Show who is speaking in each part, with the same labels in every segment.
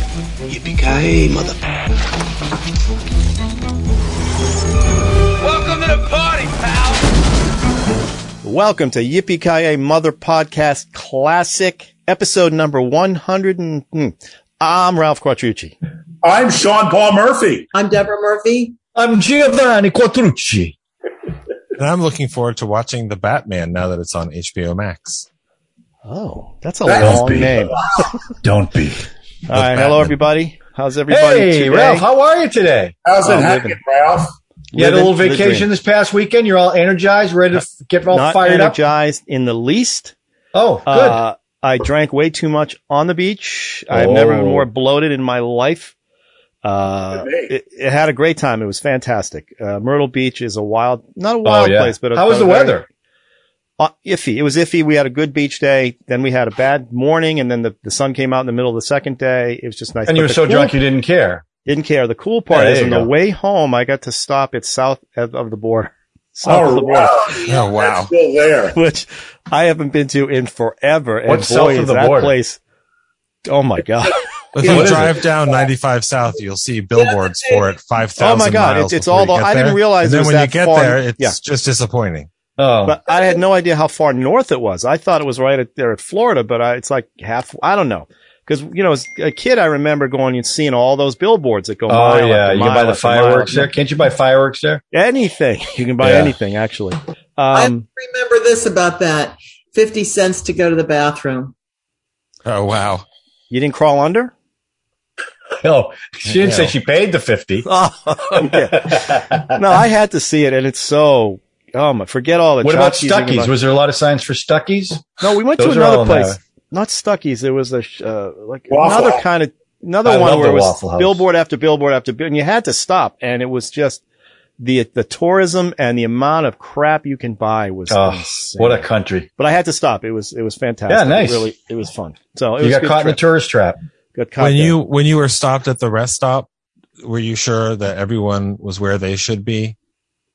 Speaker 1: Yippee-ki-yay, mother.
Speaker 2: Welcome to the party, pal.
Speaker 3: Welcome to Yippee Ki Mother Podcast Classic, episode number one hundred and. hmm. I'm Ralph Quattrucci.
Speaker 4: I'm Sean Paul Murphy.
Speaker 5: I'm Deborah Murphy.
Speaker 6: I'm Giovanni Quattrucci.
Speaker 7: And I'm looking forward to watching The Batman now that it's on HBO Max.
Speaker 3: Oh, that's a
Speaker 4: That's
Speaker 3: long
Speaker 4: big.
Speaker 3: name.
Speaker 4: Don't be.
Speaker 3: All right, hello
Speaker 7: Batman.
Speaker 3: everybody. How's everybody
Speaker 6: Hey,
Speaker 3: today?
Speaker 6: Ralph, how are you today?
Speaker 4: How's it
Speaker 3: I'm
Speaker 4: happening,
Speaker 3: living.
Speaker 4: Ralph?
Speaker 6: You had a little
Speaker 3: Living the
Speaker 6: vacation
Speaker 3: dream.
Speaker 6: this past weekend. You're all energized, ready to f- get all
Speaker 3: Not
Speaker 6: fired up.
Speaker 3: energized in the least.
Speaker 6: Oh, good.
Speaker 3: Uh, I drank way too much on the beach. I've
Speaker 6: Oh.
Speaker 3: never been more bloated in my life. Uh,
Speaker 4: Good day.
Speaker 3: it, it had a great time. It was fantastic. Uh, Myrtle Beach is a wild, not a
Speaker 6: oh,
Speaker 3: wild
Speaker 6: yeah.
Speaker 3: place, but a,
Speaker 6: how was
Speaker 3: a
Speaker 6: the
Speaker 3: very-
Speaker 6: weather?
Speaker 3: uh, iffy. It was iffy. We had a good beach day. Then we had a bad morning, and then the, the sun came out in the middle of the second day. It was just nice.
Speaker 6: And
Speaker 3: But
Speaker 6: you were
Speaker 3: the
Speaker 6: so
Speaker 3: cool-
Speaker 6: drunk you didn't care.
Speaker 3: Didn't care. The cool part
Speaker 6: Yeah,
Speaker 3: is
Speaker 6: there
Speaker 3: on
Speaker 6: you
Speaker 3: the
Speaker 6: go.
Speaker 3: way home, I got to stop at south of of the border, south of
Speaker 4: Oh,
Speaker 3: the border,
Speaker 4: wow.
Speaker 7: Oh,
Speaker 4: That's
Speaker 7: wow.
Speaker 4: still there.
Speaker 3: which I haven't been to in forever. And
Speaker 6: What's
Speaker 3: boy,
Speaker 6: south of
Speaker 3: is
Speaker 6: the
Speaker 3: that
Speaker 6: border?
Speaker 3: place. Oh my god!
Speaker 7: If
Speaker 3: What
Speaker 7: you
Speaker 3: is
Speaker 7: drive down 95 South, you'll see billboards for it 5,000
Speaker 3: Oh my God, it's-
Speaker 7: miles
Speaker 3: it's all
Speaker 7: before you
Speaker 3: the-
Speaker 7: get
Speaker 3: I didn't
Speaker 7: there.
Speaker 3: realize
Speaker 7: And
Speaker 3: it
Speaker 7: then
Speaker 3: was
Speaker 7: when
Speaker 3: that
Speaker 7: you get
Speaker 3: far.
Speaker 7: there, it's
Speaker 3: Yeah.
Speaker 7: just disappointing.
Speaker 6: Oh,
Speaker 3: But I had no idea how far north it was. I thought it was right at, there at Florida, but I, it's like half. I don't know. Because you know, as a kid, I remember going and seeing all those billboards that go.
Speaker 6: oh
Speaker 3: mile
Speaker 6: yeah.
Speaker 3: after
Speaker 6: You
Speaker 3: mile
Speaker 6: can buy the
Speaker 3: after mile
Speaker 6: fireworks
Speaker 3: after
Speaker 6: there. Can't you buy fireworks there?
Speaker 3: anything. You can buy
Speaker 6: Yeah.
Speaker 3: anything actually.
Speaker 5: I
Speaker 3: Um,
Speaker 5: remember this about that. 50 cents to go to the bathroom.
Speaker 7: Oh, wow.
Speaker 3: you didn't crawl under?
Speaker 6: No, Oh, she didn't say
Speaker 7: No.
Speaker 6: she paid the fifty.
Speaker 3: okay. No, I had to see it, and it's so. Oh my! Forget all the.
Speaker 6: what about
Speaker 3: tchotchkes you can
Speaker 6: Stuckies?
Speaker 3: buy.
Speaker 6: Was there a lot of signs for Stuckies?
Speaker 3: no, we went to
Speaker 6: Those are all
Speaker 3: another
Speaker 6: in
Speaker 3: place.
Speaker 6: there.
Speaker 3: Not Stuckies. There was a sh- uh, like
Speaker 4: Waffle
Speaker 3: another
Speaker 4: House.
Speaker 3: kind of another
Speaker 6: I
Speaker 3: one
Speaker 6: love
Speaker 3: where
Speaker 6: the
Speaker 3: it was
Speaker 6: Waffle House.
Speaker 3: billboard after billboard after bill, and you had to stop, and it was just the the tourism and the amount of crap you can buy was
Speaker 6: Oh,
Speaker 3: insane.
Speaker 6: what a country!
Speaker 3: but I had to stop. It was it was fantastic.
Speaker 6: Yeah, nice.
Speaker 3: It really, it was fun. So it
Speaker 6: You
Speaker 3: was a
Speaker 6: got
Speaker 3: good
Speaker 6: caught in a
Speaker 3: trip.
Speaker 6: tourist trap.
Speaker 3: Got caught
Speaker 7: When
Speaker 3: there.
Speaker 7: you, when you were stopped at the rest stop, were you sure that everyone was where they should be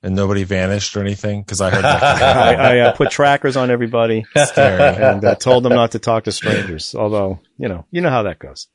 Speaker 7: and nobody vanished or anything? Because I heard
Speaker 3: I,
Speaker 7: that.
Speaker 3: I uh, put trackers on everybody
Speaker 7: Staring.
Speaker 3: and uh, told them not to talk to strangers. Although, you know, you know how that goes.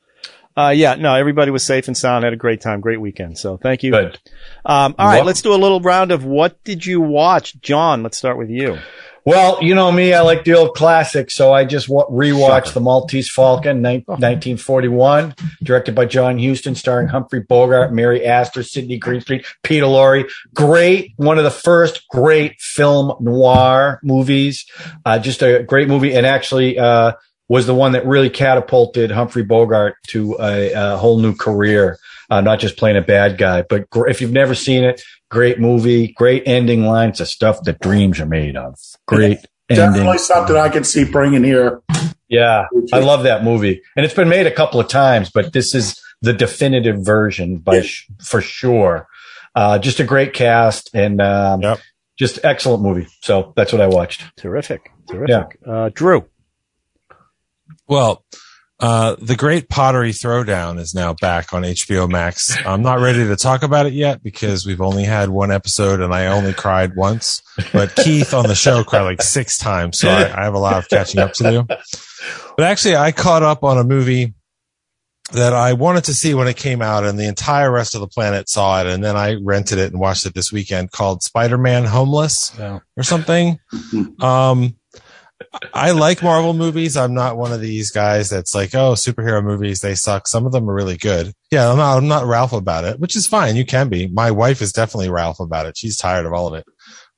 Speaker 3: Uh, yeah, no, everybody was safe and sound. Had a great time, great weekend. So thank you.
Speaker 6: Good.
Speaker 3: Um, all right,
Speaker 6: Welcome.
Speaker 3: let's do a little round of what did you watch, John? Let's start with you.
Speaker 6: Well, you know me, I like the old classics, so I just wa- rewatched The Maltese Falcon, ni-
Speaker 3: Oh.
Speaker 6: 1941, directed by John Huston, starring Humphrey Bogart, Mary Astor, Sidney Greenstreet, Peter Lorre. Great, one of the first great film noir movies. Uh, just a great movie, and actually uh, was the one that really catapulted Humphrey Bogart to a, a whole new career. Uh, not just playing a bad guy, but gr- if you've never seen it, great movie, great ending lines, the stuff that dreams are made of. Great ending.
Speaker 4: Definitely something I could see bringing here.
Speaker 6: Yeah, I love that movie, and it's been made a couple of times, but this is the definitive version by
Speaker 4: Yeah.
Speaker 6: sh- for sure. Uh, just a great cast and um,
Speaker 7: Yep.
Speaker 6: just excellent movie. So that's what I watched.
Speaker 3: Terrific, terrific. Uh, Drew,
Speaker 7: Well, uh, the Great Pottery Throwdown is now back on HBO Max. I'm not ready to talk about it yet because we've only had one episode and I only cried once. But Keith on the show cried like six times, so I, I have a lot of catching up to do. But actually, I caught up on a movie that I wanted to see when it came out, and the entire rest of the planet saw it. And then I rented it and watched it this weekend called Spider Man Homeless or something. Um, I like Marvel movies. I'm not one of these guys that's like, oh, superhero movies, they suck. Some of them are really good. Yeah, I'm not, I'm not Ralph about it, which is fine. You can be. My wife is definitely Ralph about it. She's tired of all of it.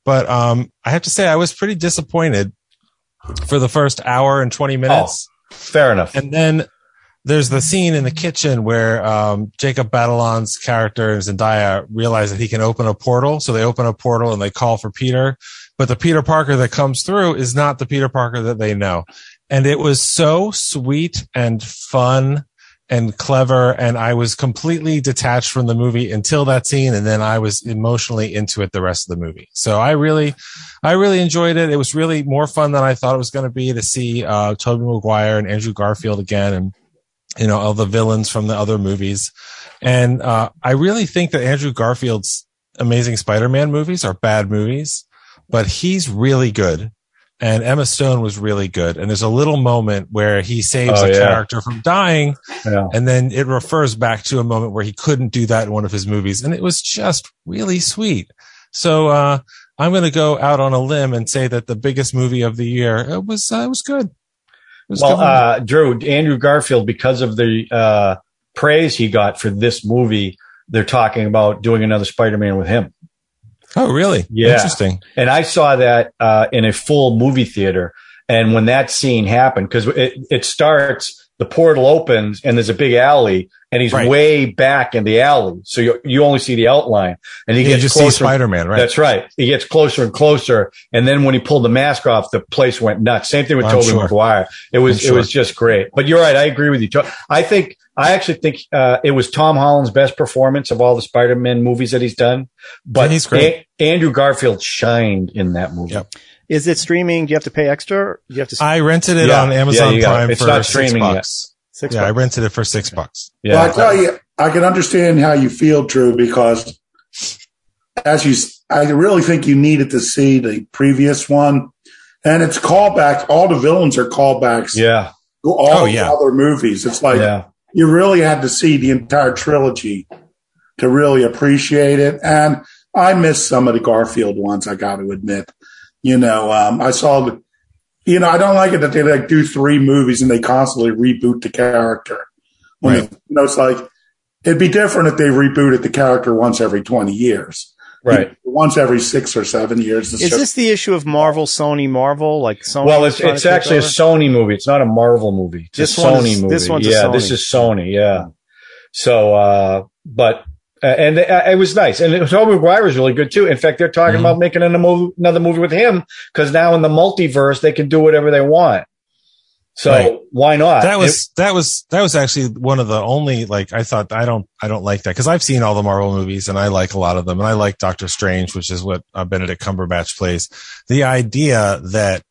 Speaker 7: But um, I have to say, I was pretty disappointed for the first hour and 20 minutes.
Speaker 6: Fair enough.
Speaker 7: And then there's the scene in the kitchen where um, Jacob Batalon's character and Zendaya realize that he can open a portal. So they open a portal and they call for Peter. But the Peter Parker that comes through is not the Peter Parker that they know. And it was so sweet and fun and clever. And I was completely detached from the movie until that scene. And then I was emotionally into it the rest of the movie. So I really, I really enjoyed it. It was really more fun than I thought it was going to be to see uh, Tobey Maguire and Andrew Garfield again, and you know all the villains from the other movies. And uh, I really think that Andrew Garfield's Amazing Spider-Man movies are bad movies, but he's really good. and Emma Stone was really good. And there's a little moment where he saves
Speaker 6: Oh,
Speaker 7: a
Speaker 6: yeah.
Speaker 7: character from dying,
Speaker 6: Yeah.
Speaker 7: and then it refers back to a moment where he couldn't do that in one of his movies, and it was just really sweet. So uh, I'm going to go out on a limb and say that the biggest movie of the year it was uh, it was good. It was a
Speaker 6: Well,
Speaker 7: good movie.
Speaker 6: uh, Drew, Andrew Garfield, because of the uh, praise he got for this movie, they're talking about doing another Spider-Man with him.
Speaker 7: oh really?
Speaker 6: yeah.
Speaker 7: interesting.
Speaker 6: And I saw that uh, in a full movie theater. And when that scene happened, because it, it starts, the portal opens, and there's a big alley, and he's
Speaker 7: Right.
Speaker 6: way back in the alley, so you you only see the outline, and he
Speaker 7: You
Speaker 6: gets
Speaker 7: just see
Speaker 6: closer.
Speaker 7: Spider Man, right?
Speaker 6: That's right. He gets closer and closer, and then when he pulled the mask off, the place went nuts. Same thing with
Speaker 7: I'm
Speaker 6: Tobey
Speaker 7: sure.
Speaker 6: Maguire. It was
Speaker 7: I'm
Speaker 6: it
Speaker 7: sure.
Speaker 6: was just great. But you're right. I agree with you. To- I think I actually think uh, it was Tom Holland's best performance of all the Spider-Man movies that he's done. But
Speaker 7: And he's great.
Speaker 6: A- Andrew Garfield shined in that movie.
Speaker 7: Yep.
Speaker 3: Is it streaming? Do you have to pay extra? Or do you have to
Speaker 7: I rented it
Speaker 6: Yeah.
Speaker 7: on
Speaker 6: Yeah,
Speaker 7: Amazon
Speaker 6: you got it.
Speaker 7: Prime
Speaker 6: It's
Speaker 7: for
Speaker 6: not
Speaker 7: six
Speaker 6: streaming yet.
Speaker 7: bucks.
Speaker 3: six
Speaker 7: yeah,
Speaker 3: bucks?
Speaker 7: I rented it for six bucks.
Speaker 6: Yeah.
Speaker 4: Well, I tell you, I can understand how you feel, Drew, because as you, s- I really think you needed to see the previous one, and it's callbacks. All the villains are callbacks
Speaker 6: yeah.
Speaker 4: to all
Speaker 7: Oh,
Speaker 4: the
Speaker 7: yeah.
Speaker 4: other movies. It's like
Speaker 6: yeah.
Speaker 4: you really had to see the entire trilogy to really appreciate it. And I missed some of the Garfield ones. I got to admit, you know, um, I saw the, you know, I don't like it that they like do three movies and they constantly reboot the character. When
Speaker 7: Right.
Speaker 4: it- you know, it's like it'd be different if they rebooted the character once every twenty years,
Speaker 6: Right.
Speaker 4: Once every six or seven years. It's
Speaker 3: Is
Speaker 4: just-
Speaker 3: this the issue of Marvel, Sony, Marvel? Like Sony?
Speaker 6: Well, it's
Speaker 3: is trying
Speaker 6: it's
Speaker 3: to take
Speaker 6: actually a
Speaker 3: over?
Speaker 6: Sony movie. It's not a Marvel movie. It's
Speaker 3: This
Speaker 6: a
Speaker 3: one
Speaker 6: Sony
Speaker 3: is-
Speaker 6: movie.
Speaker 3: this one's a
Speaker 6: yeah,
Speaker 3: Sony.
Speaker 6: this is Sony. Yeah. So, uh, but uh, and uh, it was nice, and it- Tobey Maguire was really good too. In fact, they're talking
Speaker 7: Mhm.
Speaker 3: Mm-hmm.
Speaker 6: about making an, emo- another movie with him because now in the multiverse they can do whatever they want. So
Speaker 7: Right.
Speaker 6: why not?
Speaker 7: that
Speaker 6: It-
Speaker 7: was that was that was actually one of the only like I thought I don't I don't like that because I've seen all the Marvel movies and I like a lot of them and I like Doctor Strange which is what uh, Benedict Cumberbatch plays. The idea that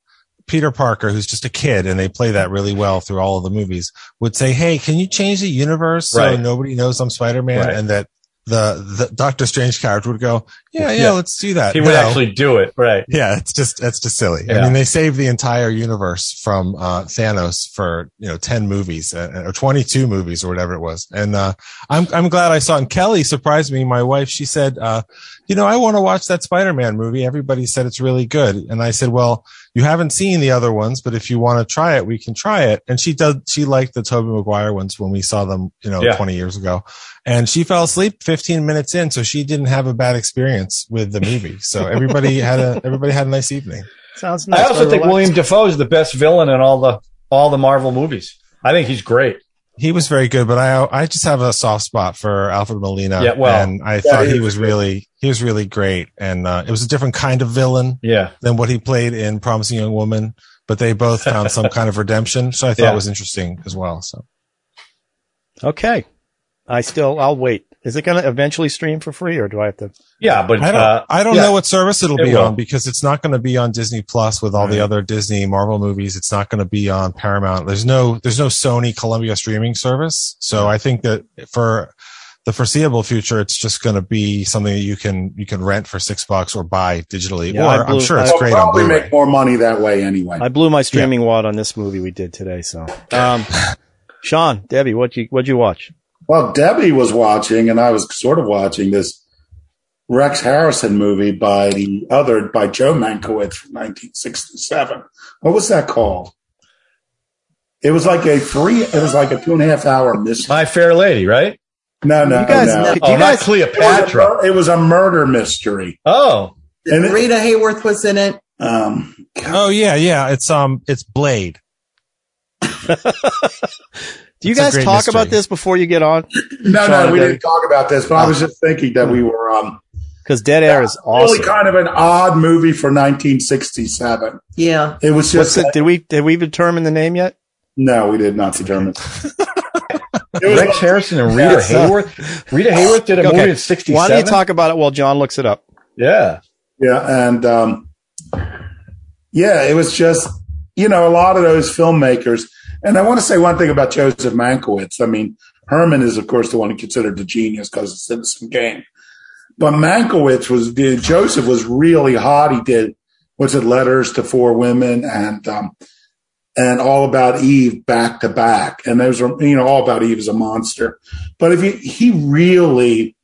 Speaker 7: Peter Parker, who's just a kid, and they play that really well through all of the movies, would say, "Hey, can you change the universe so
Speaker 6: Right.
Speaker 7: nobody knows I'm Spider Man?"
Speaker 6: Right.
Speaker 7: And that the, the Doctor Strange character would go, "Yeah, yeah,
Speaker 6: Yeah.
Speaker 7: let's do that."
Speaker 6: he would
Speaker 7: No.
Speaker 6: actually do it, right?
Speaker 7: Yeah, it's just that's just silly. I
Speaker 6: Yeah.
Speaker 7: mean, they saved the entire universe from uh, Thanos for you know ten movies uh, or twenty two movies or whatever it was. And uh, I'm I'm glad I saw. it. And Kelly surprised me. My wife, she said, uh, you know, I want to watch that Spider Man movie. Everybody said it's really good, and I said, well, you haven't seen the other ones, but if you want to try it, we can try it. And she does. She liked the Tobey Maguire ones when we saw them, you know,
Speaker 6: Yeah.
Speaker 7: twenty years ago, and she fell asleep fifteen minutes in, so she didn't have a bad experience with the movie. So everybody had a everybody had a nice evening.
Speaker 3: Sounds nice.
Speaker 6: I also
Speaker 3: Very
Speaker 6: think
Speaker 3: relaxed.
Speaker 6: William Defoe is the best villain in all the all the Marvel movies. I think he's great.
Speaker 7: He was very good, but I I just have a soft spot for Alfred Molina.
Speaker 6: Yeah, well,
Speaker 7: and I thought
Speaker 4: he
Speaker 7: he
Speaker 4: was
Speaker 7: was really he was really great, and uh, it was a different kind of villain
Speaker 6: Yeah.
Speaker 7: than what he played in Promising Young Woman. But they both found some kind of redemption, so I thought
Speaker 6: Yeah.
Speaker 7: it was interesting as well. So
Speaker 3: Okay. I still, I'll wait. Is it going to eventually stream for free or do I have to?
Speaker 6: Yeah, but
Speaker 7: I don't,
Speaker 6: uh,
Speaker 7: I don't
Speaker 6: yeah.
Speaker 7: know what service it'll
Speaker 6: It
Speaker 7: be
Speaker 6: will. Mm-hmm.
Speaker 7: on because it's not going to be on Disney Plus with all the
Speaker 6: Right.
Speaker 7: other Disney Marvel movies. It's not going to be on Paramount. There's no there's no Sony Columbia streaming service.
Speaker 6: Mm-hmm.
Speaker 7: So I think that for the foreseeable future, it's just going to be something that you can you can rent for six bucks or buy digitally.
Speaker 3: Yeah, I
Speaker 7: or I'm
Speaker 3: blew-
Speaker 7: sure it's
Speaker 3: I-
Speaker 4: they'll
Speaker 7: great on
Speaker 4: probably
Speaker 7: Blu-ray.
Speaker 4: make more money that way anyway.
Speaker 3: I blew my streaming wad on this movie we did today. So, um, Sean, Debbie, what you, what'd you watch?
Speaker 4: Well, Debbie was watching, and I was sort of watching this Rex Harrison movie by the other by Joe Mankiewicz from 1967. What was that called? It was like a three. It was like a two and a half hour mystery.
Speaker 6: My Fair Lady, right?
Speaker 4: No, no,
Speaker 3: You guys,
Speaker 4: no.
Speaker 3: you
Speaker 6: Oh,
Speaker 3: guys,
Speaker 6: not
Speaker 4: It was, a,
Speaker 6: Cleopatra.
Speaker 4: mur- it was a murder mystery.
Speaker 6: Oh,
Speaker 4: And it-
Speaker 5: Rita Hayworth was in it.
Speaker 4: um,
Speaker 7: Oh yeah, yeah. It's um it's Blade.
Speaker 3: do you
Speaker 7: It's a
Speaker 3: guys
Speaker 7: great
Speaker 3: talk
Speaker 7: mystery.
Speaker 3: about this before you get on?
Speaker 4: no, no,
Speaker 3: Sorry,
Speaker 4: we
Speaker 3: Debbie.
Speaker 4: didn't talk about this, but I was just thinking that we were um,
Speaker 3: Cause Dead Air is
Speaker 4: really
Speaker 3: awesome.
Speaker 4: kind of an odd movie for 1967.
Speaker 5: Yeah.
Speaker 4: It was
Speaker 3: What's
Speaker 4: just
Speaker 3: it, did we, did we determine the name yet?
Speaker 4: no, we did not determine. it was
Speaker 6: Rex Harrison and Rita
Speaker 3: Yes.
Speaker 6: Hayworth. Rita Hayworth did a
Speaker 3: Okay.
Speaker 6: movie in '67.
Speaker 3: Why don't you talk about it while John looks it up?
Speaker 6: Yeah,
Speaker 4: Yeah, and um, yeah, it was just you know a lot of those filmmakers. And I want to say one thing about Joseph Mankiewicz. I mean, Herman is of course the one who considered the genius because of Citizen Kane, but Mankiewicz was did, Joseph was really hot. He did what's it, Letters to Four Women and um, and All About Eve back to back. And those were, you know, All About Eve is a monster. But if you, he really,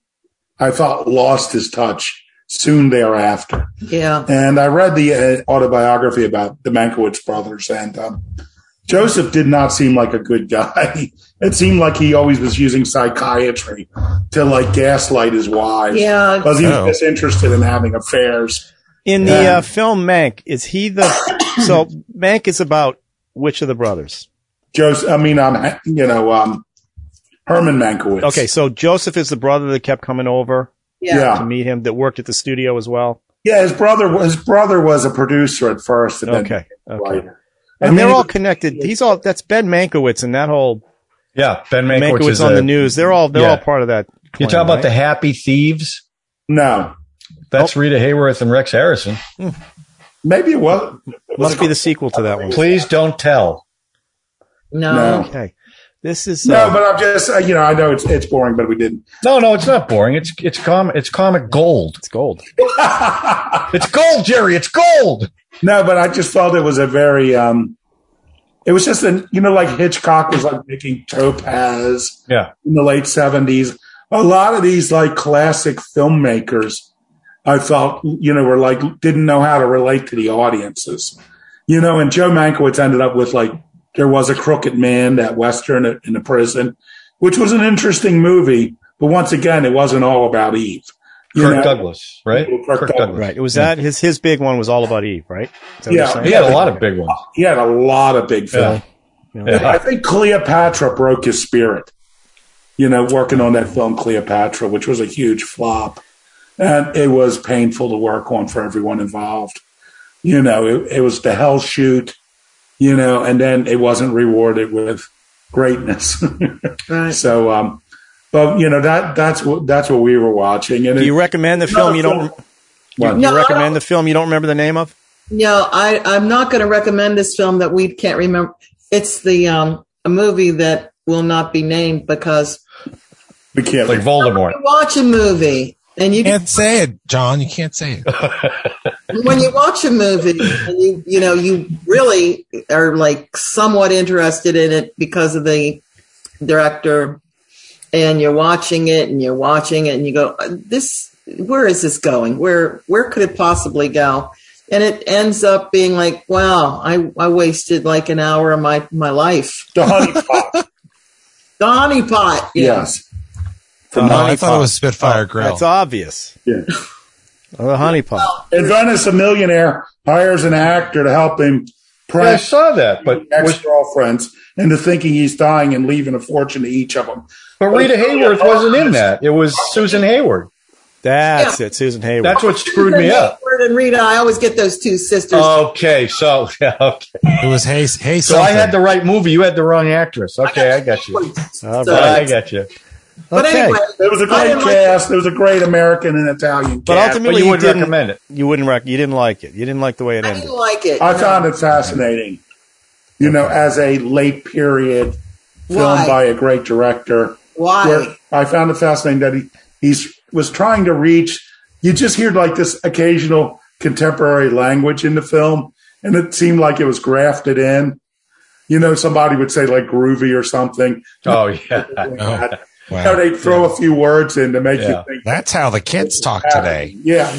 Speaker 4: I thought, lost his touch soon thereafter.
Speaker 5: Yeah.
Speaker 4: And I read the uh, autobiography about the Mankiewicz brothers, and um, Joseph did not seem like a good guy. it seemed like he always was using psychiatry to like gaslight his wives.
Speaker 5: Yeah.
Speaker 4: Because he was
Speaker 7: Oh.
Speaker 4: disinterested in having affairs.
Speaker 3: In the
Speaker 4: Yeah.
Speaker 3: uh, film Mank, is he the so Mank is about which of the brothers?
Speaker 4: Joseph, I mean, um, you know, um, Herman Mankiewicz.
Speaker 3: Okay, so Joseph is the brother that kept coming over
Speaker 5: Yeah.
Speaker 4: Ah.
Speaker 3: to meet him that worked at the studio as well.
Speaker 4: Yeah, his brother his brother was a producer at first, and
Speaker 3: Okay,
Speaker 4: then
Speaker 3: okay.
Speaker 4: writer.
Speaker 3: And
Speaker 4: I
Speaker 3: they're
Speaker 4: mean,
Speaker 3: all connected. He's all that's Ben Mankiewicz and that whole
Speaker 6: Yeah, Ben Mankiewicz,
Speaker 3: Mankiewicz
Speaker 6: is
Speaker 3: on
Speaker 6: a-
Speaker 3: the news. They're all they're
Speaker 6: yeah.
Speaker 3: all part of that.
Speaker 6: You
Speaker 3: clan,
Speaker 6: talk about
Speaker 3: right? Oh.
Speaker 6: the Happy Thieves?
Speaker 4: no,
Speaker 6: That's Rita Hayworth and Rex Harrison.
Speaker 4: maybe it was.
Speaker 3: Must be the sequel to that one.
Speaker 6: Please don't tell.
Speaker 5: No.
Speaker 4: No.
Speaker 3: Okay, this is
Speaker 4: No,
Speaker 3: uh,
Speaker 4: but I'm just uh, you know I know it's it's boring, but we didn't.
Speaker 6: No, no, it's not boring. It's it's com it's comic gold.
Speaker 3: it's gold.
Speaker 6: It's gold, Jerry. It's gold.
Speaker 4: No, but I just felt it was a very um, it was just an you know like Hitchcock was like making Topaz
Speaker 6: Yeah.
Speaker 4: in the late seventies. A lot of these like classic filmmakers, I felt you know were like didn't know how to relate to the audiences, you know. And Joe Mankiewicz ended up with like there was a crooked man that western in the prison, which was an interesting movie, but once again it wasn't all about Eve. you
Speaker 6: Kirk
Speaker 4: know?
Speaker 6: Douglas, right?
Speaker 4: Kirk Douglas.
Speaker 3: Right. It was that his his big one was all about Eve, right? Is that what you're
Speaker 4: Yeah.
Speaker 3: saying?
Speaker 6: He had a lot of big ones.
Speaker 4: He had a lot of big films.
Speaker 6: Yeah. Yeah.
Speaker 4: I think Cleopatra broke his spirit, you know, working on that film Cleopatra, which was a huge flop. And it was painful to work on for everyone involved. You know, it, it was the hell shoot, you know, and then it wasn't rewarded with greatness.
Speaker 5: Right.
Speaker 4: so, um, but you know that that's what that's what we were watching. And
Speaker 3: Do you
Speaker 4: it,
Speaker 3: recommend the film you don't
Speaker 4: What?
Speaker 3: you
Speaker 5: No, I
Speaker 3: recommend
Speaker 5: don't-
Speaker 3: the film you don't remember the name of?
Speaker 5: No, I, I'm not going to recommend this film that we can't remember. It's the um, a movie that will not be named because
Speaker 4: we can't.
Speaker 6: Like Voldemort.
Speaker 5: you watch a movie and you
Speaker 7: Can't say it, John. You can't say it.
Speaker 5: when you watch a movie and you you know you really are like somewhat interested in it because of the director and you're watching it and you're watching it and you go this where is this going where where could it possibly go and it ends up being like wow i i wasted like an hour of my my life
Speaker 4: the honeypot.
Speaker 5: the honey pot you know.
Speaker 4: yes.
Speaker 3: Uh,
Speaker 7: No, I thought it was
Speaker 6: Oh,
Speaker 7: Spitfire Grill.
Speaker 3: That's obvious.
Speaker 4: Yeah.
Speaker 3: Oh, the honey pot.
Speaker 4: In Venice, a millionaire hires an actor to help him
Speaker 6: I
Speaker 4: press
Speaker 6: saw that, but
Speaker 4: ex
Speaker 6: was,
Speaker 4: girlfriends into thinking he's dying and leaving a fortune to each of them.
Speaker 6: but Rita Hayworth wasn't in that. It was Susan Hayward.
Speaker 3: That's it, Susan Hayward.
Speaker 6: That's what screwed me up. Oh,
Speaker 5: Hayward and Rita, I always get those two sisters.
Speaker 6: Okay, so yeah, okay.
Speaker 7: It was Hey Hey.
Speaker 6: So I
Speaker 7: something.
Speaker 6: had the right movie. You had the wrong actress. Okay, I got you.
Speaker 3: All
Speaker 5: So-
Speaker 3: right.
Speaker 6: I got you.
Speaker 5: But
Speaker 3: Okay.
Speaker 5: anyway,
Speaker 4: It was a
Speaker 5: I
Speaker 4: great
Speaker 5: didn't like
Speaker 4: cast. It was a great American and Italian
Speaker 3: But
Speaker 4: cast.
Speaker 6: But
Speaker 3: ultimately,
Speaker 6: you
Speaker 3: you,
Speaker 6: would
Speaker 3: didn't.
Speaker 6: recommend it.
Speaker 3: You wouldn't rec- You didn't like it. You didn't like the way it
Speaker 5: I
Speaker 3: ended.
Speaker 5: didn't like it.
Speaker 4: I found it fascinating. You know, as a late period film
Speaker 5: Why?
Speaker 4: by a great director.
Speaker 5: Why?
Speaker 4: where I found it fascinating that he he's was trying to reach. You just hear like this occasional contemporary language in the film, and it seemed like it was grafted in. You know, somebody would say like groovy or something.
Speaker 6: Oh yeah.
Speaker 7: Oh,
Speaker 4: How
Speaker 7: wow.
Speaker 4: they throw a few words in to make
Speaker 6: Yeah.
Speaker 4: you think.
Speaker 7: That's how the kids talk today.
Speaker 4: Yeah,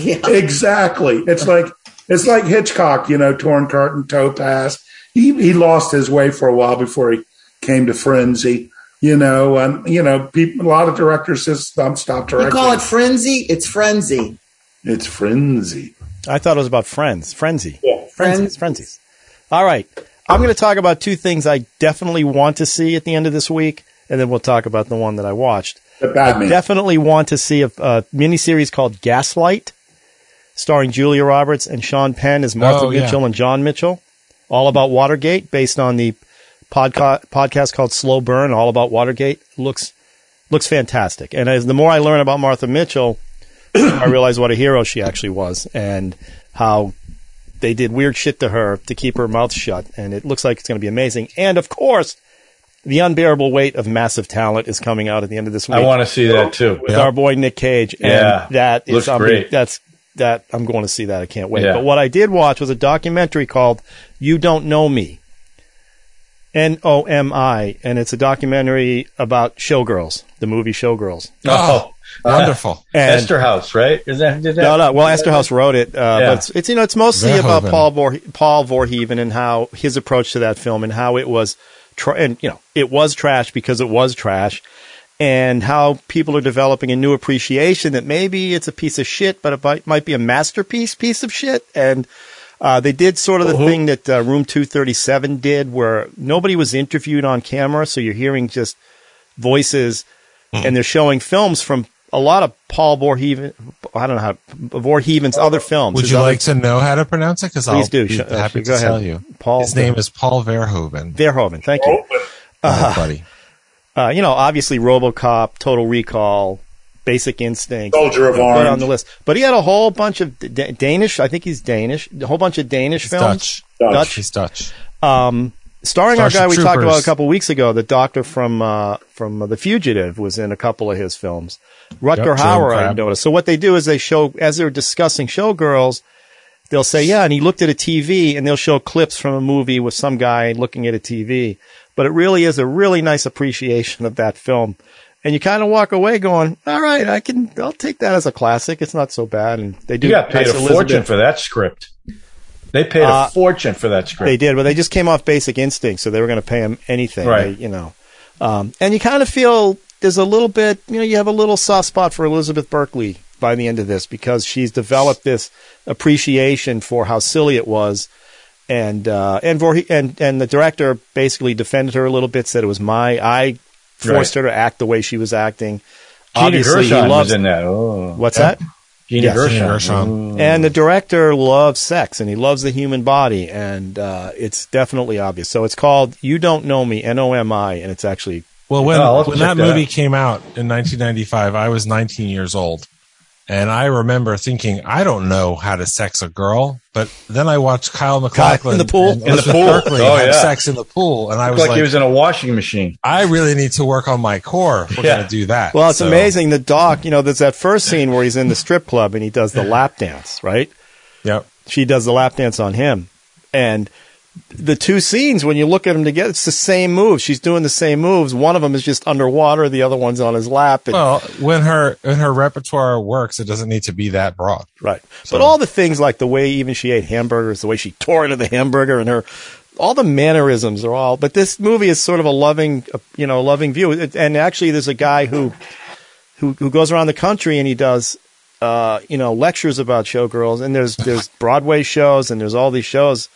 Speaker 4: exactly. It's like it's like Hitchcock, you know, torn curtain, topaz. He he lost his way for a while before he came to frenzy. You know, and you know, people, a lot of directors just um, stop
Speaker 5: You
Speaker 4: directing.
Speaker 5: call it frenzy? It's frenzy.
Speaker 4: it's frenzy.
Speaker 3: I thought it was about friends. Frenzy.
Speaker 4: Yeah.
Speaker 3: Frenzies. Frenzies. All right. I'm going to talk about two things I definitely want to see at the end of this week, and then we'll talk about the one that I watched.
Speaker 4: The Batman.
Speaker 3: Definitely want to see a, a miniseries called Gaslight, starring Julia Roberts and Sean Penn as Martha
Speaker 7: Oh, yeah.
Speaker 3: Mitchell and John Mitchell, all about Watergate, based on the podca- podcast called Slow Burn, all about Watergate. Looks looks fantastic. And as the more I learn about Martha Mitchell, I realize what a hero she actually was, and how they did weird shit to her to keep her mouth shut. And it looks like it's going to be amazing. And of course. The unbearable weight of massive talent is coming out at the end of this week
Speaker 6: I want to see that too.
Speaker 3: with our boy Nick Cage. And
Speaker 6: Yeah.
Speaker 3: that is
Speaker 6: Looks
Speaker 3: something
Speaker 6: great.
Speaker 3: that's that I'm going to see that. I can't wait.
Speaker 6: Yeah.
Speaker 3: But what I did watch was a documentary called "You Don't Know Me," N O M I, and it's a documentary about Showgirls, the movie Showgirls.
Speaker 6: Oh,
Speaker 7: Wonderful.
Speaker 3: And
Speaker 6: Esther House, right? Is that, is that
Speaker 3: no, no. Well, Esterhaus wrote it, uh,
Speaker 6: Yeah.
Speaker 3: but it's, it's you know it's mostly about
Speaker 7: Verhoeven.
Speaker 3: Paul Vor, Paul Verhoeven and how his approach to that film and how it was, tr- and you know it was trash because it was trash, and how people are developing a new appreciation that maybe it's a piece of shit, but it might, might be a masterpiece piece of shit, and. Uh, they did sort of
Speaker 7: Uh-huh.
Speaker 3: the thing that uh, Room 237 did, where nobody was interviewed on camera, so you're hearing just voices,
Speaker 7: Hmm.
Speaker 3: and they're showing films from a lot of Paul Verhoeven. I don't know how Verhoeven's other films.
Speaker 7: Would
Speaker 3: His
Speaker 7: you
Speaker 3: other-
Speaker 7: like to know how to pronounce it? Because I'll
Speaker 3: Please do.
Speaker 7: be
Speaker 3: Sh- uh,
Speaker 7: happy
Speaker 3: go
Speaker 7: to
Speaker 3: ahead.
Speaker 7: tell you.
Speaker 3: Paul-
Speaker 7: His name is Paul Verhoeven.
Speaker 3: Verhoeven? Thank you.
Speaker 7: my buddy.
Speaker 3: Uh, you know, obviously RoboCop, Total Recall, Basic Instinct.
Speaker 4: Soldier of
Speaker 3: Put on the
Speaker 4: Orange.
Speaker 3: list, but he had a whole bunch of D- D- Danish. I think he's Danish. A whole bunch of Danish
Speaker 7: He's
Speaker 3: films,
Speaker 7: Dutch.
Speaker 4: Dutch.
Speaker 7: He's Dutch.
Speaker 3: um, starring
Speaker 7: Starship
Speaker 3: our guy we talked
Speaker 7: Troopers.
Speaker 3: about a couple weeks ago, the doctor from uh, from uh, The Fugitive was in a couple of his films. Rutger
Speaker 7: Yep, Joan
Speaker 3: Hauer, I
Speaker 7: Crabb.
Speaker 3: noticed. So what they do is they show as they're discussing Showgirls, they'll say, "Yeah," and he looked at a TV, and they'll show clips from a movie with some guy looking at a TV. But it really is a really nice appreciation of that film. And you kind of walk away going, all right, I can, I'll take that as a classic. It's not so bad. And they do.
Speaker 6: You got
Speaker 3: nice
Speaker 6: paid a
Speaker 3: Elizabeth.
Speaker 6: fortune for that script. They paid
Speaker 3: Uh,
Speaker 6: a fortune for that script.
Speaker 3: They did, but they just came off Basic Instinct, so they were going to pay him anything,
Speaker 6: Right.
Speaker 3: they- you know. Um, and you kind of feel there's a little bit, you know, you have a little soft spot for Elizabeth Berkley by the end of this because she's developed this appreciation for how silly it was. And uh, and Vorhe- and and the director basically defended her a little bit, said it was my I forced her to act the way she was acting.
Speaker 6: Gina Gershon
Speaker 3: he loves
Speaker 6: was in that. Oh,
Speaker 3: what's that?
Speaker 6: Gina
Speaker 3: Yes.
Speaker 6: Gershon.
Speaker 7: Gina Gershon.
Speaker 6: Ooh.
Speaker 3: And the director loves sex and he loves the human body. And uh, it's definitely obvious. So it's called You Don't Know Me, N O M I. And it's actually,
Speaker 7: Well, when,
Speaker 6: Oh, I'll check
Speaker 7: when that
Speaker 6: that
Speaker 7: movie
Speaker 6: out.
Speaker 7: came out in 1995, I was 19 years old. And I remember thinking, I don't know how to sex a girl. But then I watched Kyle McLachlan
Speaker 3: in the pool?
Speaker 7: and
Speaker 3: In the
Speaker 7: Elizabeth
Speaker 6: pool.
Speaker 7: Berkley
Speaker 6: Oh,
Speaker 7: have
Speaker 6: yeah.
Speaker 7: sex in the pool. And I
Speaker 6: Looked
Speaker 7: was
Speaker 6: like,
Speaker 7: like,
Speaker 6: he was in a washing machine.
Speaker 7: I really need to work on my core if we're
Speaker 6: Yeah.
Speaker 7: going to do that.
Speaker 3: well, it's
Speaker 7: So-
Speaker 3: amazing. The doc, you know, there's that first scene where he's in the strip club and he does the lap dance, right?
Speaker 7: Yep.
Speaker 3: She does the lap dance on him. And the two scenes, when you look at them together, it's the same moves. She's doing the same moves. One of them is just underwater, the other one's on his lap. And
Speaker 7: Well, when her when her repertoire works, it doesn't need to be that broad.
Speaker 3: Right. But all the things like the way even she ate hamburgers, the way she tore into the hamburger and her all the mannerisms are all but this movie is sort of a loving uh, you know, a loving view. It- And actually there's a guy who who who goes around the country and he does uh, you know, lectures about showgirls and there's there's Broadway shows and there's all these shows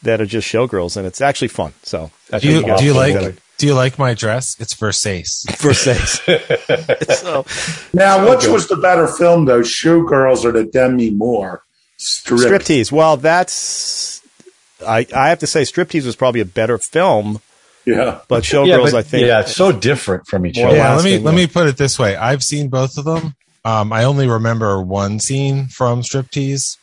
Speaker 3: that are just showgirls and it's actually fun. So that's what
Speaker 7: Do you,
Speaker 3: guys
Speaker 7: do you
Speaker 3: should
Speaker 7: like
Speaker 3: consider.
Speaker 7: do you like my dress? It's Versace.
Speaker 3: Versace? so
Speaker 4: Now, which was the better film, though, Showgirls or the Demi Moore strip?
Speaker 3: striptease. Well, that's I I have to say striptease was probably a better film.
Speaker 4: Yeah.
Speaker 3: But Showgirls,
Speaker 6: but-
Speaker 3: I think.
Speaker 6: Yeah, it's so different from each
Speaker 3: More
Speaker 6: other.
Speaker 3: like-
Speaker 7: Yeah, let me
Speaker 3: Lasting,
Speaker 7: let
Speaker 3: yeah.
Speaker 7: me put it this way. I've seen both of them. Um, I only remember one scene from Striptease,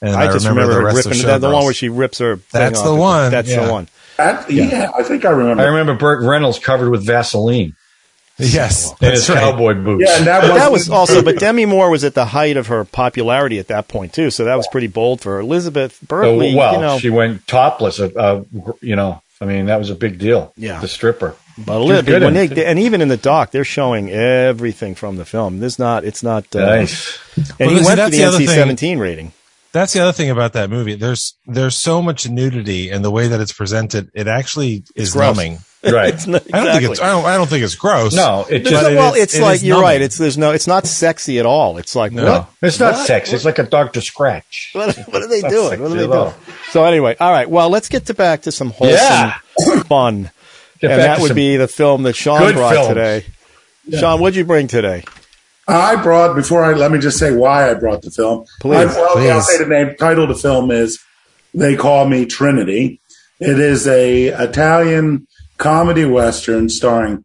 Speaker 7: and I,
Speaker 3: I just
Speaker 7: remember,
Speaker 3: remember,
Speaker 7: the
Speaker 3: her
Speaker 7: rest
Speaker 3: ripping
Speaker 7: of
Speaker 3: that, the
Speaker 7: Showgirls.
Speaker 3: one where she rips her. thing
Speaker 7: That's
Speaker 3: off
Speaker 7: the
Speaker 3: at
Speaker 7: one,
Speaker 3: That's
Speaker 7: yeah.
Speaker 3: the one.
Speaker 4: That, yeah. I think I remember.
Speaker 6: I remember Burt Reynolds covered with Vaseline
Speaker 7: Yes,
Speaker 6: in his
Speaker 7: that's right.
Speaker 6: cowboy boots.
Speaker 4: yeah, and that,
Speaker 3: But that was
Speaker 4: wasn't-
Speaker 3: also. But Demi Moore was at the height of her popularity at that point too, so that was pretty bold for her. Elizabeth
Speaker 6: So,
Speaker 3: Berkley,
Speaker 6: well,
Speaker 3: you know,
Speaker 6: she went topless. Uh, uh, you know, I mean, that was a big deal.
Speaker 3: Yeah.
Speaker 6: the stripper.
Speaker 3: but Elizabeth,
Speaker 6: good
Speaker 3: when
Speaker 6: in
Speaker 3: they,
Speaker 6: it.
Speaker 3: and even in the doc, they're showing everything from the film. There's not. It's not. Uh,
Speaker 6: Nice.
Speaker 3: And
Speaker 7: Well,
Speaker 3: he
Speaker 7: see,
Speaker 3: went
Speaker 7: that's
Speaker 3: for the
Speaker 7: the other
Speaker 3: NC-17 rating.
Speaker 7: That's the other thing about that movie. There's there's so much nudity and the way that it's presented. It actually is
Speaker 3: gross.
Speaker 7: numbing.
Speaker 6: Right.
Speaker 3: It's not-
Speaker 7: I don't
Speaker 3: exactly.
Speaker 7: think it's I don't, I don't think it's gross.
Speaker 6: no, it
Speaker 3: There's
Speaker 6: just
Speaker 3: no-
Speaker 7: it
Speaker 3: well,
Speaker 7: is-
Speaker 3: it's
Speaker 7: it
Speaker 3: like
Speaker 7: is
Speaker 3: you're right.
Speaker 7: numbing.
Speaker 3: It's there's no. It's not sexy at all. It's like
Speaker 7: No.
Speaker 3: what
Speaker 6: it's not
Speaker 3: What?
Speaker 6: sex. It's like a Dr. Scratch.
Speaker 3: What, what are they doing? What are they
Speaker 6: Zero.
Speaker 3: doing? So anyway, all right. Well, let's get to back to some wholesome fun,
Speaker 6: Get
Speaker 3: and
Speaker 6: back
Speaker 3: that
Speaker 6: to
Speaker 3: would
Speaker 6: some
Speaker 3: be the film that Sean
Speaker 6: good
Speaker 3: brought
Speaker 6: films.
Speaker 3: today. Sean, what'd you bring today?
Speaker 4: I brought before I let me just say why I brought the film.
Speaker 3: Please,
Speaker 4: I, well, I'll
Speaker 7: please.
Speaker 4: say the name. Title of the film is "They Call Me Trinity." It is a Italian comedy western starring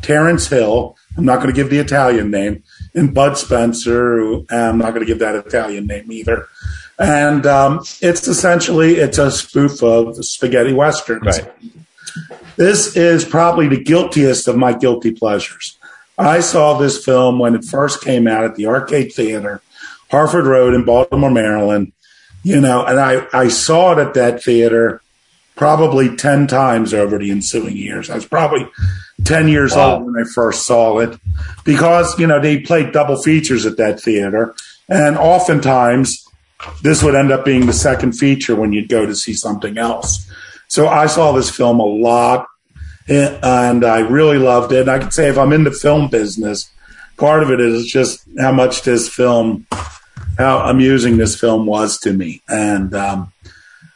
Speaker 4: Terrence Hill. I'm not going to give the Italian name, and Bud Spencer. Who, I'm not going to give that Italian name either. And um, it's essentially it's a spoof of spaghetti westerns.
Speaker 6: Right.
Speaker 4: This is probably the guiltiest of my guilty pleasures. I saw this film when it first came out at the Arcade Theater, Harford Road in Baltimore, Maryland. You know, and I, I saw it at that theater probably 10 times over the ensuing years. I was probably 10 years
Speaker 6: Wow.
Speaker 4: old when I first saw it because, you know, they played double features at that theater. And oftentimes this would end up being the second feature when you'd go to see something else. So I saw this film a lot eh, and I really loved it. And I could say if I'm in the film business, part of it is just how much this film, how amusing this film was to me. And, um,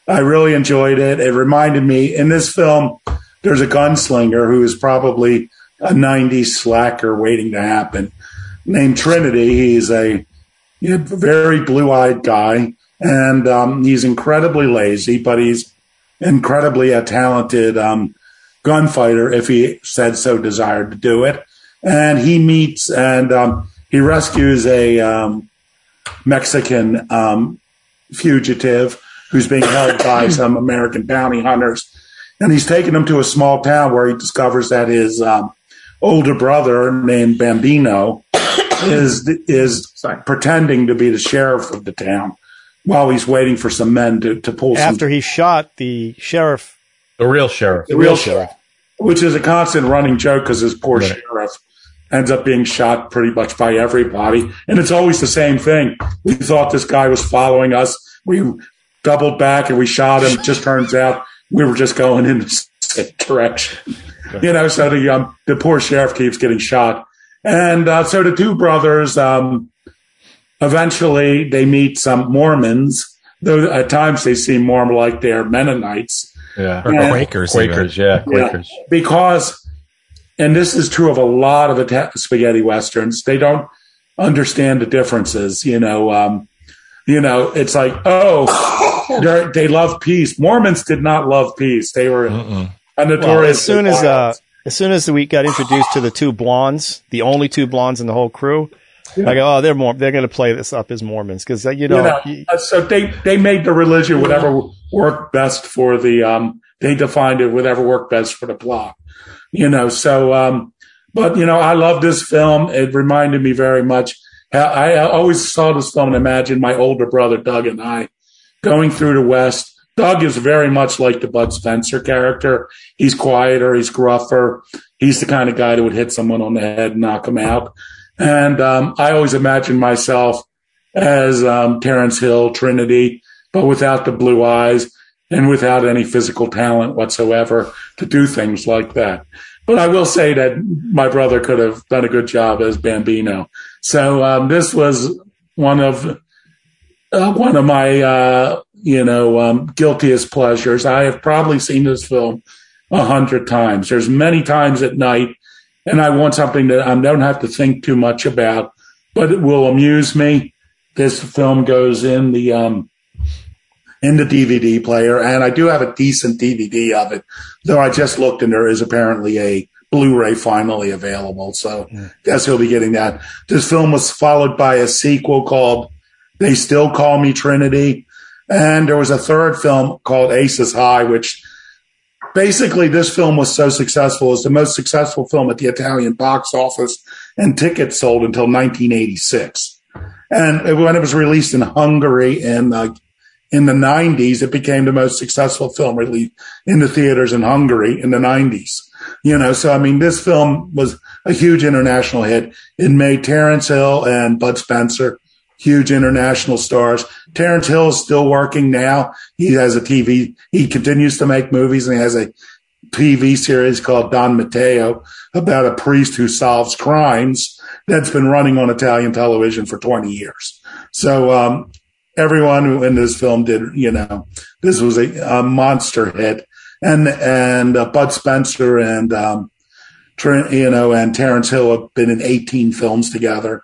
Speaker 4: I really enjoyed it. It reminded me in this film, there's a gunslinger who is probably a 90s slacker waiting to happen named Trinity. He's a you know, very blue eyed guy and um, he's incredibly lazy, but he's incredibly a talented um, gunfighter if he said so desired to do it. And he meets and um, he rescues a um, Mexican um, fugitive who's being held by some American bounty hunters. And he's taken him to a small town where he discovers that his um, older brother named Bambino is is pretending to be the sheriff of the town while he's waiting for some men to, to pull some
Speaker 3: After he shot the sheriff,
Speaker 6: The real sheriff.
Speaker 4: the real sheriff, which is a constant running joke because this poor sheriff ends up being shot pretty much by everybody, and it's always the same thing. We thought this guy was following us. We doubled back and we shot him. Just turns out we were just going in the same direction. You know, so the um, the poor sheriff keeps getting shot, and uh, so the two brothers. Um, eventually, they meet some Mormons. Though at times they seem more like they're Mennonites,
Speaker 6: Yeah.
Speaker 7: Or
Speaker 4: Yeah.
Speaker 7: Quakers. even.
Speaker 6: Quakers, yeah, Quakers.
Speaker 4: because and this is true of a lot of Ita- spaghetti westerns they don't understand the differences you know um you know it's like oh they're- they love peace mormons did not love peace they were
Speaker 7: Mm-mm.
Speaker 4: a notorious
Speaker 3: well, as soon as uh, as soon as we got introduced to the two blondes, the only two blondes in the whole crew, I go, oh, they're more, they're going to play this up as Mormons because you know,
Speaker 4: you know,
Speaker 3: y-
Speaker 4: uh, so they they made the religion whatever worked best for the um they defined it whatever worked best for the plot you know so um but you know i love this film it reminded me very much how i I always saw this film and imagined my older brother doug and i going through the west doug is very much like the bud spencer character he's quieter he's gruffer he's the kind of guy that would hit someone on the head and knock him out and um, i always imagined myself as um, Terrence Hill, Trinity, but without the blue eyes and without any physical talent whatsoever to do things like that. But I will say that my brother could have done a good job as Bambino. So um, this was one of uh, one of my uh, you know um, guiltiest pleasures. I have probably seen this film a hundred times. There's many times at night, and I want something that I don't have to think too much about, but it will amuse me this film goes in the um in the DVD player, and I do have a decent DVD of it, though I just looked and there is apparently a Blu-ray finally available. So guess he'll be getting that. This film was followed by a sequel called They Still Call Me Trinity. And there was a third film called Aces High, which basically this film was so successful as the most successful film at the Italian box office and tickets sold until 1986 and it- when it was released in Hungary in uh, in the '90s, it became the most successful film released in the theaters in Hungary in the '90s. You know, so I mean, this film was a huge international hit. It made Terrence Hill and Bud Spencer huge international stars. Terrence Hill is still working now. He has a TV. He continues to make movies, and he has a TV series called Don Matteo about a priest who solves crimes that's been running on Italian television for 20 years. So, um, everyone who in this film did, you know, this was a, a monster hit and, and uh, Bud Spencer and, um, Trent, you know, and Terrence Hill have been in 18 films together.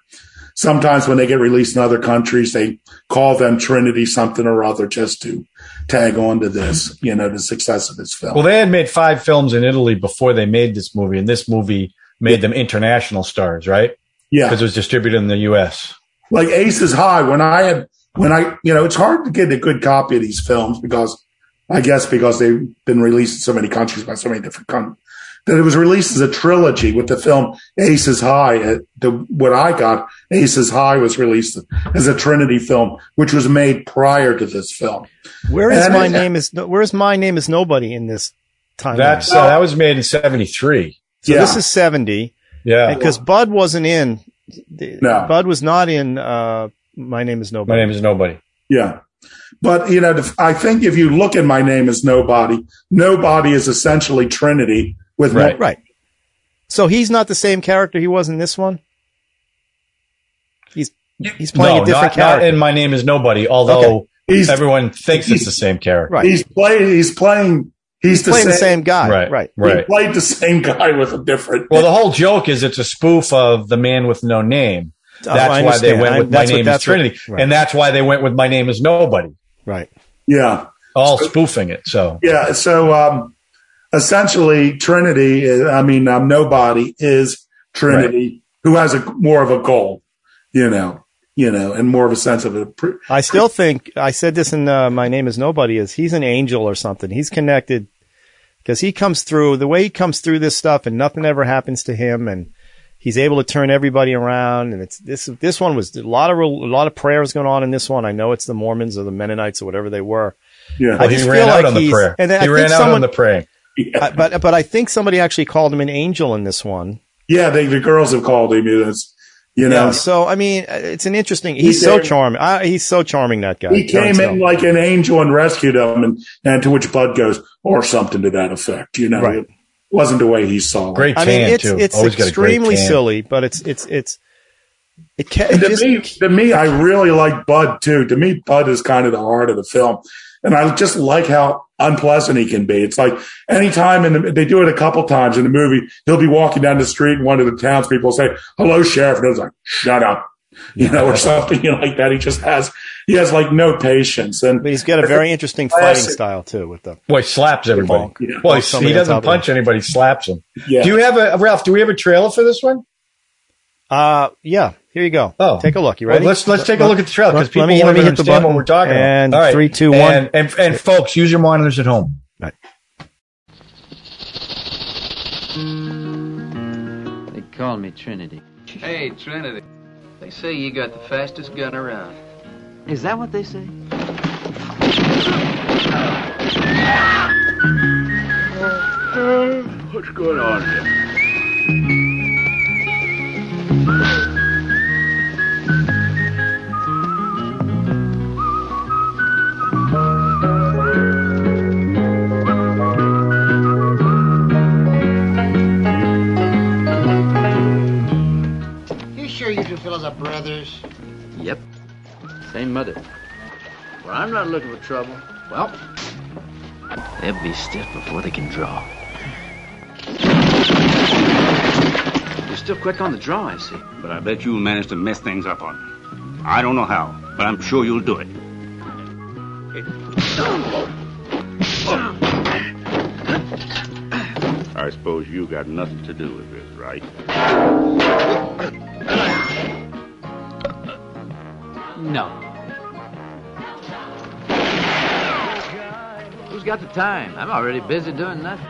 Speaker 4: Sometimes when they get released in other countries, they call them Trinity something or other just to tag on to this, you know, the success of this film.
Speaker 6: Well, they had made five films in Italy before they made this movie, and this movie made them international stars, right?
Speaker 4: yeah.
Speaker 6: Because it was distributed in the U.S.
Speaker 4: like Ace is High. When I had, when I, you know, it's hard to get a good copy of these films because I guess because they've been released in so many countries by so many different com- that it was released as a trilogy with the film Aces High. Uh, The, what I got, Aces High was released as a Trinity film, which was made prior to this film.
Speaker 3: Where is
Speaker 4: And-
Speaker 3: my name is no- where is my name is nobody in this timeline?
Speaker 6: That's uh, that was made in '73.
Speaker 3: so
Speaker 4: yeah.
Speaker 3: this is seventy.
Speaker 6: Yeah,
Speaker 3: because Bud wasn't in. the-
Speaker 4: No.
Speaker 3: Bud was not in. Uh, my name is
Speaker 6: my
Speaker 3: nobody.
Speaker 6: name is nobody.
Speaker 4: Yeah. But, you know, if- I think if you look at My Name is Nobody, Nobody is essentially Trinity with no-
Speaker 6: Right.
Speaker 3: Right. So he's not the same character he was in this one. He's he's playing a
Speaker 6: no,
Speaker 3: different
Speaker 6: not, not
Speaker 3: character.
Speaker 6: in my name is nobody. Although
Speaker 4: He's,
Speaker 6: everyone thinks it's the same character.
Speaker 3: right.
Speaker 4: he's playing, he's playing, he's, the,
Speaker 3: playing
Speaker 4: same,
Speaker 3: the same guy.
Speaker 6: Right.
Speaker 3: Right.
Speaker 4: He
Speaker 6: Right.
Speaker 4: played the same guy with a different.
Speaker 6: Well, the whole joke is it's a spoof of the man with no name.
Speaker 3: Oh,
Speaker 6: That's why they went with my name is Trinity,
Speaker 3: right.
Speaker 6: and that's why they went with my name is nobody.
Speaker 3: right.
Speaker 4: yeah.
Speaker 6: All spoofing it. So
Speaker 4: Yeah. So, um, essentially Trinity, is- I mean, um, Nobody is Trinity who has a more of a goal, you know, you know, and more of a sense of a, pre-
Speaker 3: I still think I said this in uh, my name is nobody is he's an angel or something. He's connected because he comes through the way he comes through this stuff and nothing ever happens to him and he's able to turn everybody around and it's this this one was a lot of rel- a lot of prayers going on in this one. I know it's the Mormons or the Mennonites or whatever they were.
Speaker 4: yeah.
Speaker 3: I
Speaker 6: he
Speaker 3: just
Speaker 6: ran
Speaker 3: feel
Speaker 6: out
Speaker 3: like
Speaker 6: on the
Speaker 3: he's-
Speaker 6: prayer.
Speaker 3: and then I
Speaker 6: he
Speaker 3: think
Speaker 6: ran out on
Speaker 3: someone-
Speaker 6: the praying.
Speaker 3: I, but but I think somebody actually called him an angel in this one.
Speaker 4: Yeah, they, the girls have called him. You know, it's- you know,
Speaker 3: So I mean, uh, it's an interesting. He's so
Speaker 4: there-
Speaker 3: charming. I, he's so charming that guy.
Speaker 4: he came
Speaker 3: Don't tell.
Speaker 4: in like an angel and rescued him, and, and to which Bud goes, or something to that effect. You know,
Speaker 3: Right.
Speaker 4: it wasn't the way he saw it.
Speaker 6: Great
Speaker 3: I
Speaker 6: tan
Speaker 3: mean, it's
Speaker 6: too.
Speaker 3: it's
Speaker 6: Always got a great
Speaker 3: extremely
Speaker 6: tan.
Speaker 3: silly, but it's it's it's it can
Speaker 4: And
Speaker 3: it
Speaker 4: to
Speaker 3: just
Speaker 4: me, to me, I really like Bud too. To me, Bud is kind of the heart of the film, and I just like how unpleasant he can be. It's like anytime, and they do it a couple times in the movie. He'll be walking down the street, and one of the townspeople will say, "Hello, sheriff," and he's like, "Shut up," you know, or something like that. He just has he has like no patience, and
Speaker 3: But he's got a very interesting
Speaker 4: Classic.
Speaker 3: fighting style too. With the
Speaker 6: Well, he slaps everybody.
Speaker 3: Bonk.
Speaker 4: Yeah.
Speaker 6: Well,
Speaker 3: Bonk
Speaker 6: he,
Speaker 3: somebody on
Speaker 6: he
Speaker 3: top
Speaker 6: doesn't
Speaker 3: of
Speaker 6: punch anybody. Slaps him.
Speaker 4: yeah.
Speaker 6: Do you have a Ralph? Do we have a trailer for this one?
Speaker 3: uh, yeah, here you go.
Speaker 6: Oh.
Speaker 3: take a look. You
Speaker 6: Well,
Speaker 3: ready?
Speaker 6: let's let's take a look at the trailer because
Speaker 3: Let-
Speaker 6: people
Speaker 3: let me-
Speaker 6: want
Speaker 3: let
Speaker 6: to
Speaker 3: me hit the
Speaker 6: understand what
Speaker 3: button.
Speaker 6: we're talking about.
Speaker 3: And
Speaker 6: All right.
Speaker 3: three, two, one.
Speaker 6: And, and and folks, use your monitors at home.
Speaker 1: They call me Trinity.
Speaker 2: Hey, Trinity. They say you got the fastest gun around.
Speaker 1: Is that what they say?
Speaker 2: What's going on here?
Speaker 8: You sure you two fellas are brothers?
Speaker 1: Yep. Same mother.
Speaker 2: Well, I'm not looking for trouble. Well,
Speaker 1: They'll be stiff before they can draw. You're still quick on the draw, I see.
Speaker 9: But I bet you'll manage to mess things up on me. I don't know how, but I'm sure you'll do it. I suppose you got nothing to do with this, right?
Speaker 1: No.
Speaker 2: who's got the time? I'm already busy doing nothing.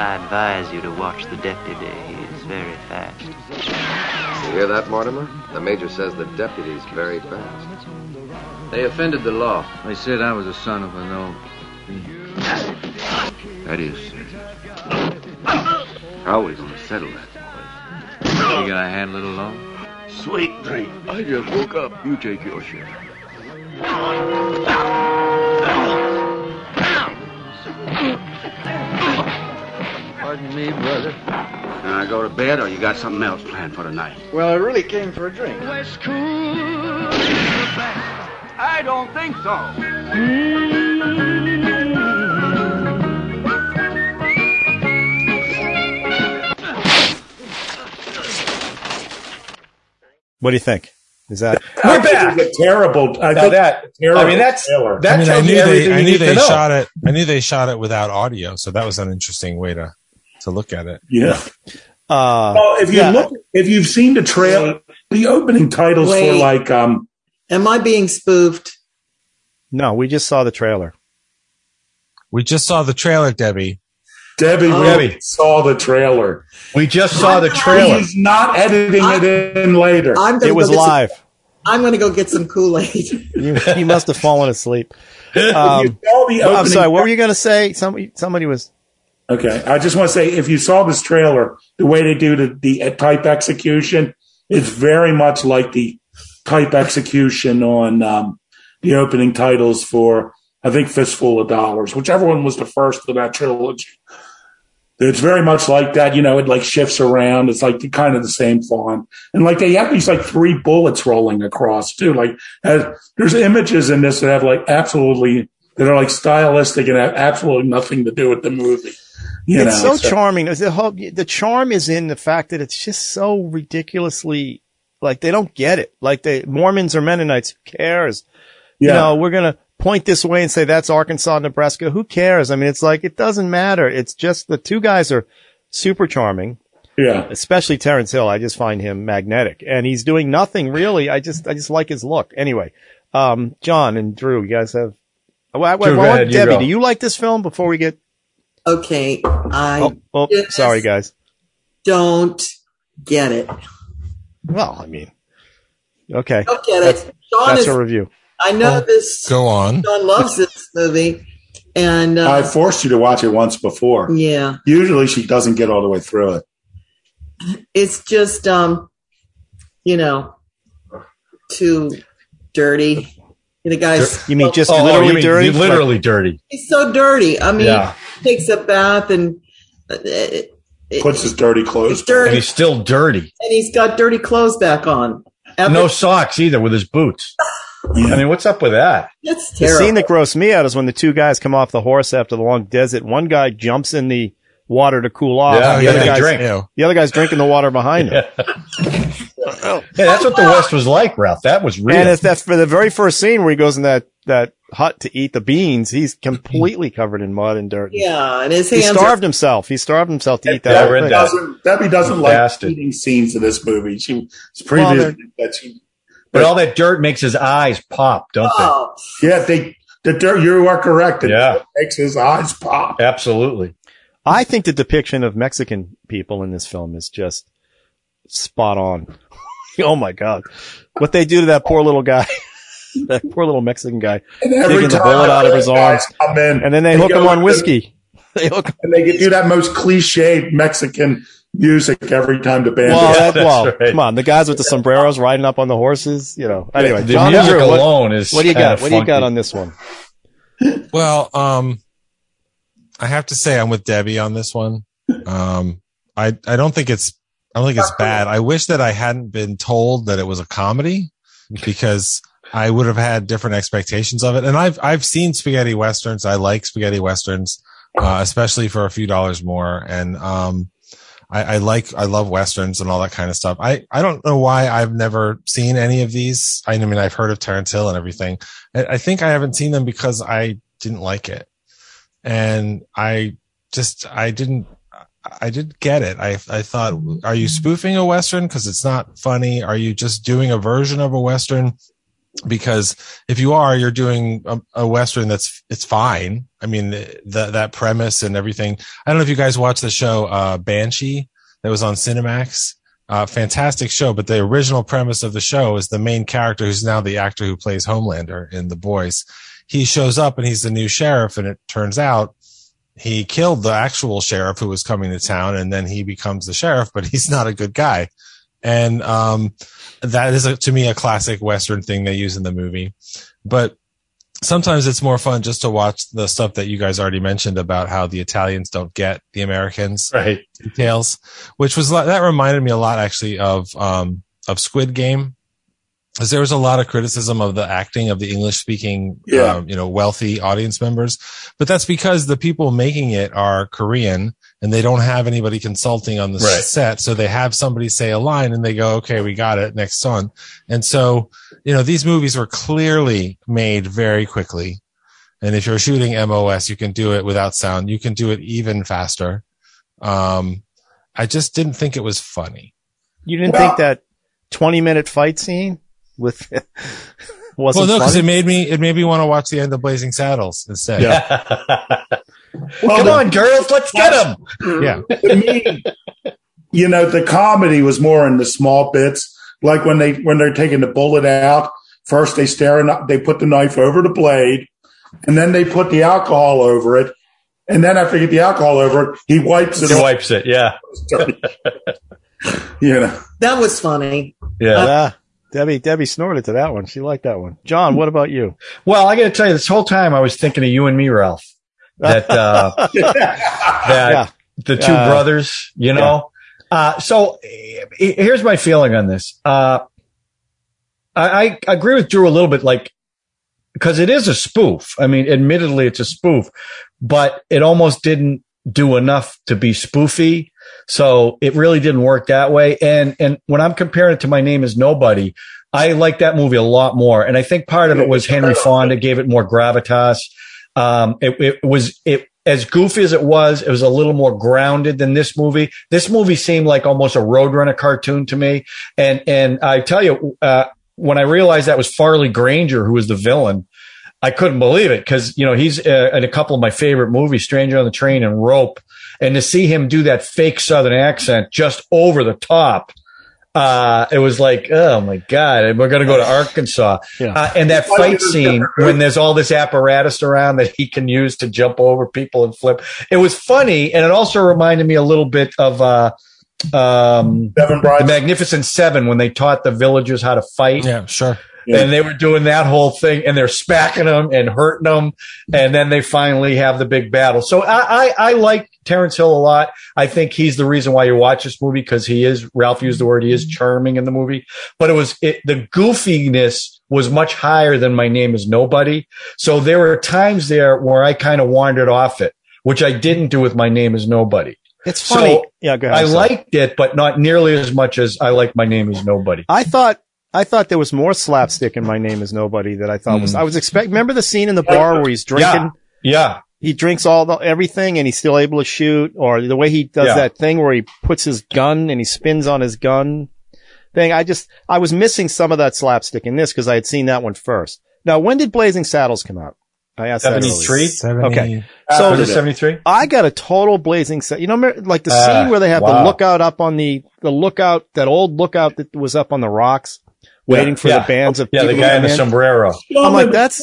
Speaker 1: I advise you to watch the deputy. He is very fast.
Speaker 10: You hear that, Mortimer? The major says the deputy's very fast.
Speaker 2: They offended the law. They said I was a son of a gnome.
Speaker 9: That is serious. How are we going to settle that?
Speaker 2: You gonna handle it alone?
Speaker 9: Sweet dream. I just woke up. You take your share.
Speaker 2: Pardon me, brother.
Speaker 9: Now I go to bed, or you got something else planned for tonight?
Speaker 2: Well, I really came for a drink.
Speaker 9: I don't think so.
Speaker 3: what do you think? Is that
Speaker 6: We're
Speaker 4: It
Speaker 6: back.
Speaker 4: was a terrible. I
Speaker 6: Now
Speaker 4: think
Speaker 6: that
Speaker 4: terrible
Speaker 6: I mean that's
Speaker 4: trailer.
Speaker 6: that
Speaker 7: I mean, I
Speaker 6: tells
Speaker 7: knew
Speaker 6: you everything
Speaker 7: they, I
Speaker 6: you
Speaker 7: knew
Speaker 6: need to
Speaker 7: they
Speaker 6: know.
Speaker 7: shot it. I knew they shot it without audio, so that was an interesting way to to look at it.
Speaker 4: yeah.
Speaker 3: uh,
Speaker 4: Well, if you
Speaker 3: Yeah.
Speaker 4: look, if you've seen the trail, the opening titles for
Speaker 5: Wait.
Speaker 4: like, um,
Speaker 5: Am I being spoofed?
Speaker 3: no? We just saw the trailer.
Speaker 7: We just saw the trailer, Debbie.
Speaker 4: Debbie,
Speaker 6: Oh.
Speaker 4: we
Speaker 6: Debbie.
Speaker 4: saw the trailer.
Speaker 6: We just saw the trailer.
Speaker 4: He's not editing it in later.
Speaker 5: I'm gonna
Speaker 3: It was
Speaker 5: go get some-
Speaker 3: live.
Speaker 5: I'm going to go get some Kool Aid.
Speaker 3: You, he must have fallen asleep. Um,
Speaker 4: Saw the
Speaker 3: I'm
Speaker 4: opening-
Speaker 3: sorry. What were you going to say? Somebody, somebody was.
Speaker 4: Okay, I just want to say if you saw this trailer, the way they do the, the type execution, it's very much like the type execution on um, the opening titles for, I think, Fistful of Dollars, whichever one was the first of that trilogy. It's very much like that, you know, it like shifts around. It's like the, kind of the same font. And like they have these like three bullets rolling across too. Like uh, there's images in this that have like absolutely, that are like stylistic and have absolutely nothing to do with the movie. You
Speaker 3: it's
Speaker 4: know,
Speaker 3: so, charming. It's The, whole, the charm is in the fact that it's just so ridiculously like they don't get it. Like they Mormons or Mennonites, who cares?
Speaker 4: yeah.
Speaker 3: You know, we're gonna point this way and say that's Arkansas, Nebraska. Who cares? I mean, it's like it doesn't matter. It's just the two guys are super charming,
Speaker 4: yeah.
Speaker 3: especially Terrence Hill. I just find him magnetic, and he's doing nothing really. I just I just like his look. Anyway, um, John and Drew, you guys have. Well, I- well,
Speaker 6: Drew, go
Speaker 3: I want-
Speaker 6: ahead, you
Speaker 3: Debbie,
Speaker 6: go.
Speaker 3: do you like this film? Before we get
Speaker 5: Okay, I
Speaker 3: oh, oh
Speaker 5: Yes.
Speaker 3: sorry guys.
Speaker 5: don't get it.
Speaker 3: Well, I mean, okay,
Speaker 5: Don't get it. Sean
Speaker 3: that's
Speaker 5: is.
Speaker 3: a review.
Speaker 5: I know this.
Speaker 7: Go on.
Speaker 5: Sean loves this movie, and
Speaker 4: I
Speaker 5: uh,
Speaker 4: forced you to watch it once before.
Speaker 5: yeah,
Speaker 4: Usually she doesn't get all the way through it.
Speaker 5: it's just um, you know, too dirty. The guy's
Speaker 3: You mean just
Speaker 6: Oh, oh, you
Speaker 3: literally
Speaker 6: mean
Speaker 3: dirty?
Speaker 6: Literally dirty.
Speaker 5: he's so dirty. I mean,
Speaker 6: Yeah.
Speaker 5: he takes a bath and uh, it,
Speaker 4: Puts his dirty clothes.
Speaker 5: it's dirty,
Speaker 6: And
Speaker 5: and,
Speaker 6: he's still dirty.
Speaker 5: he's got dirty clothes back on.
Speaker 6: No socks either with his boots. I mean, what's up with that?
Speaker 5: that's
Speaker 3: The
Speaker 5: terrible.
Speaker 3: scene that grossed me out is when the two guys come off the horse after the long desert. One guy jumps in the water to cool off.
Speaker 6: Yeah,
Speaker 3: and
Speaker 6: yeah,
Speaker 3: the, other
Speaker 6: they
Speaker 3: guy's,
Speaker 6: drink.
Speaker 7: Ew.
Speaker 3: the other guy's drinking the water behind him.
Speaker 6: Hey, that's what the West was like, Ralph. That was real.
Speaker 3: And it's that for the very first scene where he goes in that, that hut to eat the beans, he's completely covered in mud and dirt.
Speaker 5: yeah, and his
Speaker 3: He
Speaker 5: hands.
Speaker 3: starved himself. He starved himself to eat that.
Speaker 6: Yeah, I
Speaker 3: whole
Speaker 6: read
Speaker 3: thing.
Speaker 6: that.
Speaker 4: doesn't, Debbie doesn't like
Speaker 6: Bastard.
Speaker 4: eating scenes in this movie. She was
Speaker 3: Well,
Speaker 4: previous
Speaker 3: they're-
Speaker 4: that she,
Speaker 6: but all that dirt makes his eyes pop, don't
Speaker 5: Are, oh,
Speaker 4: yeah, they, the dirt, you are correct. It
Speaker 6: Yeah.
Speaker 4: makes his eyes pop.
Speaker 6: they? Absolutely.
Speaker 3: I think the depiction of Mexican people in this film is just spot on. oh my God. What they do to that poor little guy, that poor little Mexican guy.
Speaker 4: And
Speaker 3: Taking the bullet out of his
Speaker 4: guys
Speaker 3: arms.
Speaker 4: come in,
Speaker 3: And then they hook
Speaker 4: go
Speaker 3: him on
Speaker 4: in
Speaker 3: whiskey. They hook
Speaker 4: And they do that most cliched Mexican music every time the band.
Speaker 3: Well,
Speaker 4: is-
Speaker 3: that,
Speaker 6: that's
Speaker 3: well
Speaker 6: right.
Speaker 3: come on. The guys with the sombreros riding up on the horses, you know. Anyway,
Speaker 6: the
Speaker 3: John
Speaker 6: music
Speaker 3: Andrew, what-
Speaker 6: alone is.
Speaker 3: what do you
Speaker 6: kinda
Speaker 3: got? What do you got
Speaker 6: funky.
Speaker 3: on this one?
Speaker 7: Well, um, I have to say I'm with Debbie on this one. Um, I I don't think it's I don't think it's bad. I wish that I hadn't been told that it was a comedy because I would have had different expectations of it. And I've I've seen spaghetti westerns. I like spaghetti westerns, uh, especially for a few dollars more. And um, I, I like I love westerns and all that kind of stuff. I I don't know why I've never seen any of these. I mean, I've heard of Terrence Hill and everything. I, I think I haven't seen them because I didn't like it, and I just I didn't I didn't get it. I I thought, are you spoofing a western because it's not funny? Are you just doing a version of a western? Because if you are, you're doing a, a western that's it's fine. I mean, the, that premise and everything. I don't know if you guys watched the show uh, Banshee that was on Cinemax. Uh, fantastic show, but the original premise of the show is the main character, who's now the actor who plays Homelander in The Boys. He shows up and he's the new sheriff, and it turns out he killed the actual sheriff who was coming to town, and then he becomes the sheriff, but he's not a good guy. And um, that is, a, to me, a classic Western thing they use in the movie. But sometimes it's more fun just to watch the stuff that you guys already mentioned about how the Italians don't get the Americans
Speaker 6: Right.
Speaker 7: details, which was li- that reminded me a lot actually of um, of Squid Game, because there was a lot of criticism of the acting of the English speaking,
Speaker 4: Yeah.
Speaker 7: um, you know, wealthy audience members, but that's because the people making it are Korean and they don't have anybody consulting on the
Speaker 6: Right.
Speaker 7: set, so they have somebody say a line and they go, "Okay, we got it, next on," and so you know these movies were clearly made very quickly. And if you're shooting MOS, you can do it without sound. You can do it even faster. Um, I just didn't think it was funny.
Speaker 3: You didn't
Speaker 4: Well-
Speaker 3: think that 20 minute fight scene with wasn't
Speaker 7: well, no, because
Speaker 3: funny?
Speaker 7: it made me it made me want to watch the end of Blazing Saddles instead.
Speaker 6: Yeah. Come on, girls, let's get them.
Speaker 3: Yeah.
Speaker 4: to me, you know, the comedy was more in the small bits, like when they when they're taking the bullet out. First, they stare and they put the knife over the blade, and then they put the alcohol over it, and then after they get the alcohol over it, he wipes it.
Speaker 6: He
Speaker 4: off.
Speaker 6: wipes it. Yeah.
Speaker 4: You know,
Speaker 5: That was funny.
Speaker 6: Yeah.
Speaker 3: Yeah. Debbie, Debbie snorted to that one. She liked that one. John, what about you?
Speaker 6: Well, I got to tell you, this whole time I was thinking of you and me, Ralph. That uh, that
Speaker 3: Yeah.
Speaker 6: the two
Speaker 3: Uh,
Speaker 6: brothers, you know. Uh, so eh, eh, here's my feeling on this. Uh, I, I agree with Drew a little bit, like because it is a spoof. I mean, admittedly, it's a spoof, but it almost didn't do enough to be spoofy. So it really didn't work that way. And and when I'm comparing it to My Name Is Nobody, I like that movie a lot more. And I think part of it was Henry Fonda gave it more gravitas. Um, it, it was it as goofy as it was. It was a little more grounded than this movie. This movie seemed like almost a Roadrunner cartoon to me. And and I tell you, uh, when I realized that was Farley Granger who was the villain, I couldn't believe it because you know he's uh, in a couple of my favorite movies, Stranger on the Train and Rope, and to see him do that fake Southern accent just over the top, uh, it was like, oh my god, and we're gonna go to Arkansas,
Speaker 3: Yeah.
Speaker 6: uh, and that fight scene when there's all this apparatus around that he can use to jump over people and flip. It was funny, and it also reminded me a little bit of. Uh, um,
Speaker 4: Devin
Speaker 6: the
Speaker 4: Bryant.
Speaker 6: Magnificent Seven when they taught the villagers how to fight
Speaker 7: Yeah, sure.
Speaker 4: Yeah.
Speaker 6: and they were doing that whole thing and they're spacking them and hurting them and then they finally have the big battle so i i, I like terrence hill a lot i think he's the reason why you watch this movie because he is ralph used the word he is charming in the movie but it was it, the goofiness was much higher than my name is nobody so there were times there where i kind of wandered off it which i didn't do with my name is nobody
Speaker 3: It's
Speaker 6: So,
Speaker 3: funny. yeah, go ahead.
Speaker 6: i
Speaker 3: I'm sorry.
Speaker 6: liked it but not nearly as much as i like my name is nobody
Speaker 3: I thought I thought there was more slapstick in My Name Is Nobody that I thought was. I was expect. Remember the scene in the bar where he's drinking.
Speaker 6: yeah
Speaker 3: He drinks all the everything and he's still able to shoot, or the way he does
Speaker 6: Yeah.
Speaker 3: that thing where he puts his gun and he spins on his gun thing. I just I was missing some of that slapstick in this because I had seen that one first. Now, when did Blazing Saddles come out? I asked that. earlier.
Speaker 6: 73
Speaker 7: 70,
Speaker 6: so
Speaker 4: After
Speaker 6: is it
Speaker 4: that.
Speaker 6: 73
Speaker 3: I got a total blazing set. You know, mer- like the
Speaker 6: Ah,
Speaker 3: scene where they have
Speaker 6: wow.
Speaker 3: the lookout up on the the lookout, that old lookout that was up on the rocks, waiting for
Speaker 6: yeah.
Speaker 3: the bands of
Speaker 6: Yeah, the
Speaker 3: people to
Speaker 6: guy in
Speaker 3: come
Speaker 6: the sombrero.
Speaker 3: I'm like, that's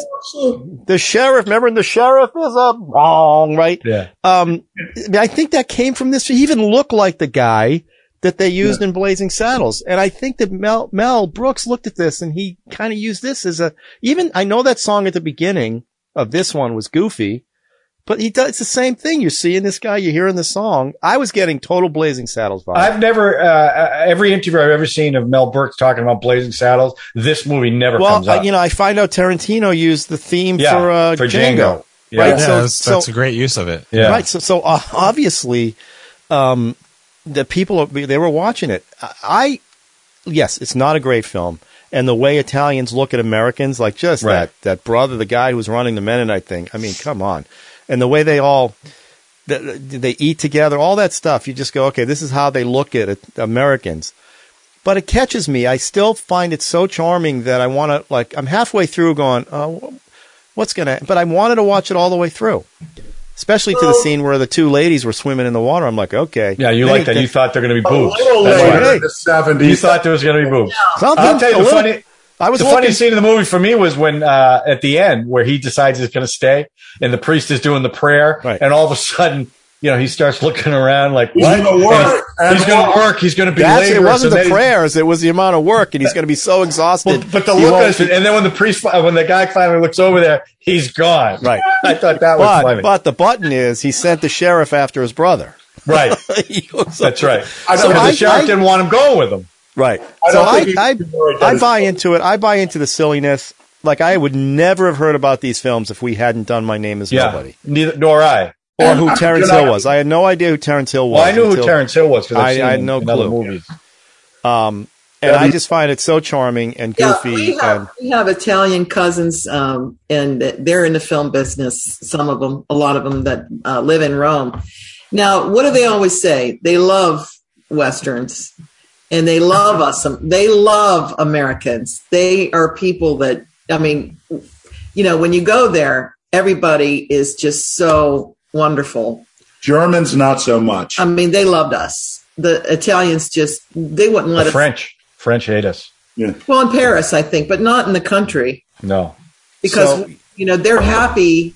Speaker 3: the sheriff. Remember, and the sheriff is up wrong, right?
Speaker 6: Yeah.
Speaker 3: Um, I mean, I think that came from this. He even looked like the guy that they used in Blazing Saddles. And I think that Mel, Mel Brooks looked at this and he kind of used this as a, even, I know that song at the beginning of this one was goofy, but he does, it's the same thing. You're seeing this guy, you're hearing the song. I was getting total Blazing Saddles vibe.
Speaker 6: I've never, uh, every interview I've ever seen of Mel Brooks talking about Blazing Saddles, this movie never comes
Speaker 3: well, I-
Speaker 6: up.
Speaker 3: you know, I find out Tarantino used the theme
Speaker 6: yeah,
Speaker 3: for, uh, Django.
Speaker 6: Yeah.
Speaker 3: right?
Speaker 7: Yeah,
Speaker 3: So-
Speaker 7: that's, that's
Speaker 3: so-
Speaker 7: a great use of it.
Speaker 6: Yeah.
Speaker 3: Right. So, so uh, obviously, um, the people they were watching it. I, I, yes, it's not a great film, and the way Italians look at Americans, like just
Speaker 6: Right.
Speaker 3: that that brother, the guy who was running the Mennonite thing. I mean, come on, and the way they all. th- th- They eat together, all that stuff. You just go, okay, this is how they look at it, Americans. But it catches me. I still find it so charming that I want to, like, I'm halfway through going, oh, what's going to, but I wanted to watch it all the way through especially to the scene where the two ladies were swimming in the water. I'm like, okay,
Speaker 6: Yeah, you
Speaker 3: Then
Speaker 6: like that.
Speaker 3: he-
Speaker 6: You thought they're going to be
Speaker 4: a
Speaker 6: boobs.
Speaker 4: little
Speaker 6: That's why.
Speaker 4: later
Speaker 3: right.
Speaker 4: in the seventies.
Speaker 6: You thought there was going to be boobs.
Speaker 3: something.
Speaker 6: I'll tell you
Speaker 3: a
Speaker 6: the
Speaker 3: little-
Speaker 6: funny.
Speaker 3: I was
Speaker 6: the
Speaker 3: walking-
Speaker 6: funny scene in the movie for me was when uh, at the end where he decides he's going to stay and the priest is doing the prayer
Speaker 3: Right.
Speaker 6: and all of a sudden you know he starts looking around like
Speaker 4: He's
Speaker 6: what
Speaker 4: gonna work.
Speaker 6: And he's going to work he's going to be
Speaker 3: That's it.
Speaker 6: laborious,
Speaker 3: Wasn't
Speaker 6: and
Speaker 3: the
Speaker 6: then-
Speaker 3: prayers? It was the amount of work, and he's going to be so
Speaker 6: Well,
Speaker 3: exhausted.
Speaker 6: but the
Speaker 3: he
Speaker 6: look on
Speaker 3: won't
Speaker 6: his
Speaker 3: be-
Speaker 6: face, and then when the priest, fi- when the guy finally looks over there, he's gone.
Speaker 3: Right.
Speaker 6: I thought that was
Speaker 3: but,
Speaker 6: funny.
Speaker 3: but the button is he sent the sheriff after his brother.
Speaker 6: right.
Speaker 3: He goes up-
Speaker 6: That's right.
Speaker 4: I
Speaker 6: So
Speaker 4: don't
Speaker 6: the
Speaker 3: I-
Speaker 6: sheriff
Speaker 3: I-
Speaker 6: didn't want him going with him.
Speaker 3: Right.
Speaker 4: I
Speaker 3: so
Speaker 4: don't
Speaker 3: I,
Speaker 4: think
Speaker 3: I,
Speaker 4: you can worry that
Speaker 3: I
Speaker 4: it's-
Speaker 3: buy into it. I buy into the silliness. Like I would never have heard about these films if we hadn't done My Name Is
Speaker 6: Yeah.
Speaker 3: Nobody
Speaker 6: Neither nor I.
Speaker 3: or who Terrence
Speaker 4: I-
Speaker 3: Hill was. I had no idea who Terrence Hill was.
Speaker 6: Well, I knew who
Speaker 3: until-
Speaker 6: Terrence Hill was because
Speaker 3: I-
Speaker 6: I've seen
Speaker 3: I had
Speaker 6: him
Speaker 3: no
Speaker 6: in other
Speaker 3: clue.
Speaker 6: movies.
Speaker 3: Um, and I just find it so charming and goofy.
Speaker 5: Yeah, we
Speaker 3: and
Speaker 5: have, we have Italian cousins, um, and they're in the film business. Some of them, a lot of them that uh, live in Rome. Now, what do they always say? They love westerns, and they love us. um, They love Americans. They are people that I mean, you know, when you go there, everybody is just so wonderful.
Speaker 4: Germans, not so much.
Speaker 5: I mean, they loved us. The Italians just they wouldn't let
Speaker 6: The
Speaker 5: us.
Speaker 6: French, French hate us.
Speaker 5: Well, in Paris, I think, but not in the country.
Speaker 6: No,
Speaker 5: because
Speaker 6: So-
Speaker 5: you know they're happy.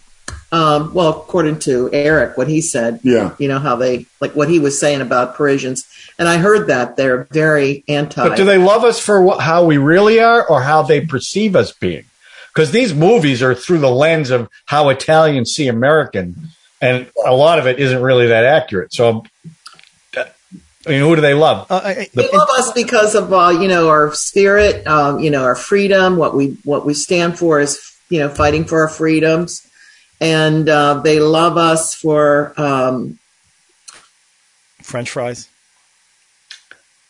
Speaker 5: Um, well, according to Eric, what he said,
Speaker 4: Yeah.
Speaker 5: you know how they like what he was saying about Parisians, and I heard that they're very anti.
Speaker 6: But do they love us for what, how we really are or how they perceive us being? Because these movies are through the lens of how Italians see American, and a lot of it isn't really that accurate. So, uh, I mean, who do they love?
Speaker 5: They love us because of uh, you know our spirit, um, you know our freedom. What we what we stand for is you know fighting for our freedoms, and uh, they love us for um,
Speaker 3: French fries.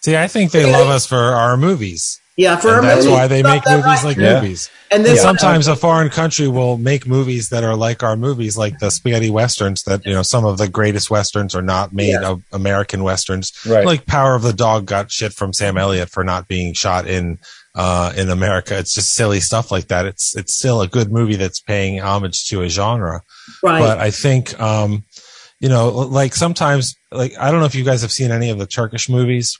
Speaker 7: See, I think they love us for our movies.
Speaker 5: yeah for our
Speaker 7: and that's
Speaker 5: movies.
Speaker 7: why they
Speaker 5: Got
Speaker 7: make
Speaker 5: that
Speaker 7: movies
Speaker 5: right.
Speaker 7: like
Speaker 6: Yeah.
Speaker 7: movies. And
Speaker 5: And this
Speaker 7: sometimes a foreign country will make movies that are like our movies, like the spaghetti westerns. That you know, some of the greatest westerns are not made
Speaker 5: Yeah.
Speaker 7: of American westerns.
Speaker 6: Right.
Speaker 7: Like Power of the Dog got shit from Sam Elliott for not being shot in uh, in America. It's just silly stuff like that. It's it's still a good movie that's paying homage to a genre.
Speaker 5: right.
Speaker 7: But I think, um, you know, l- like sometimes, like I don't know if you guys have seen any of the Turkish movies,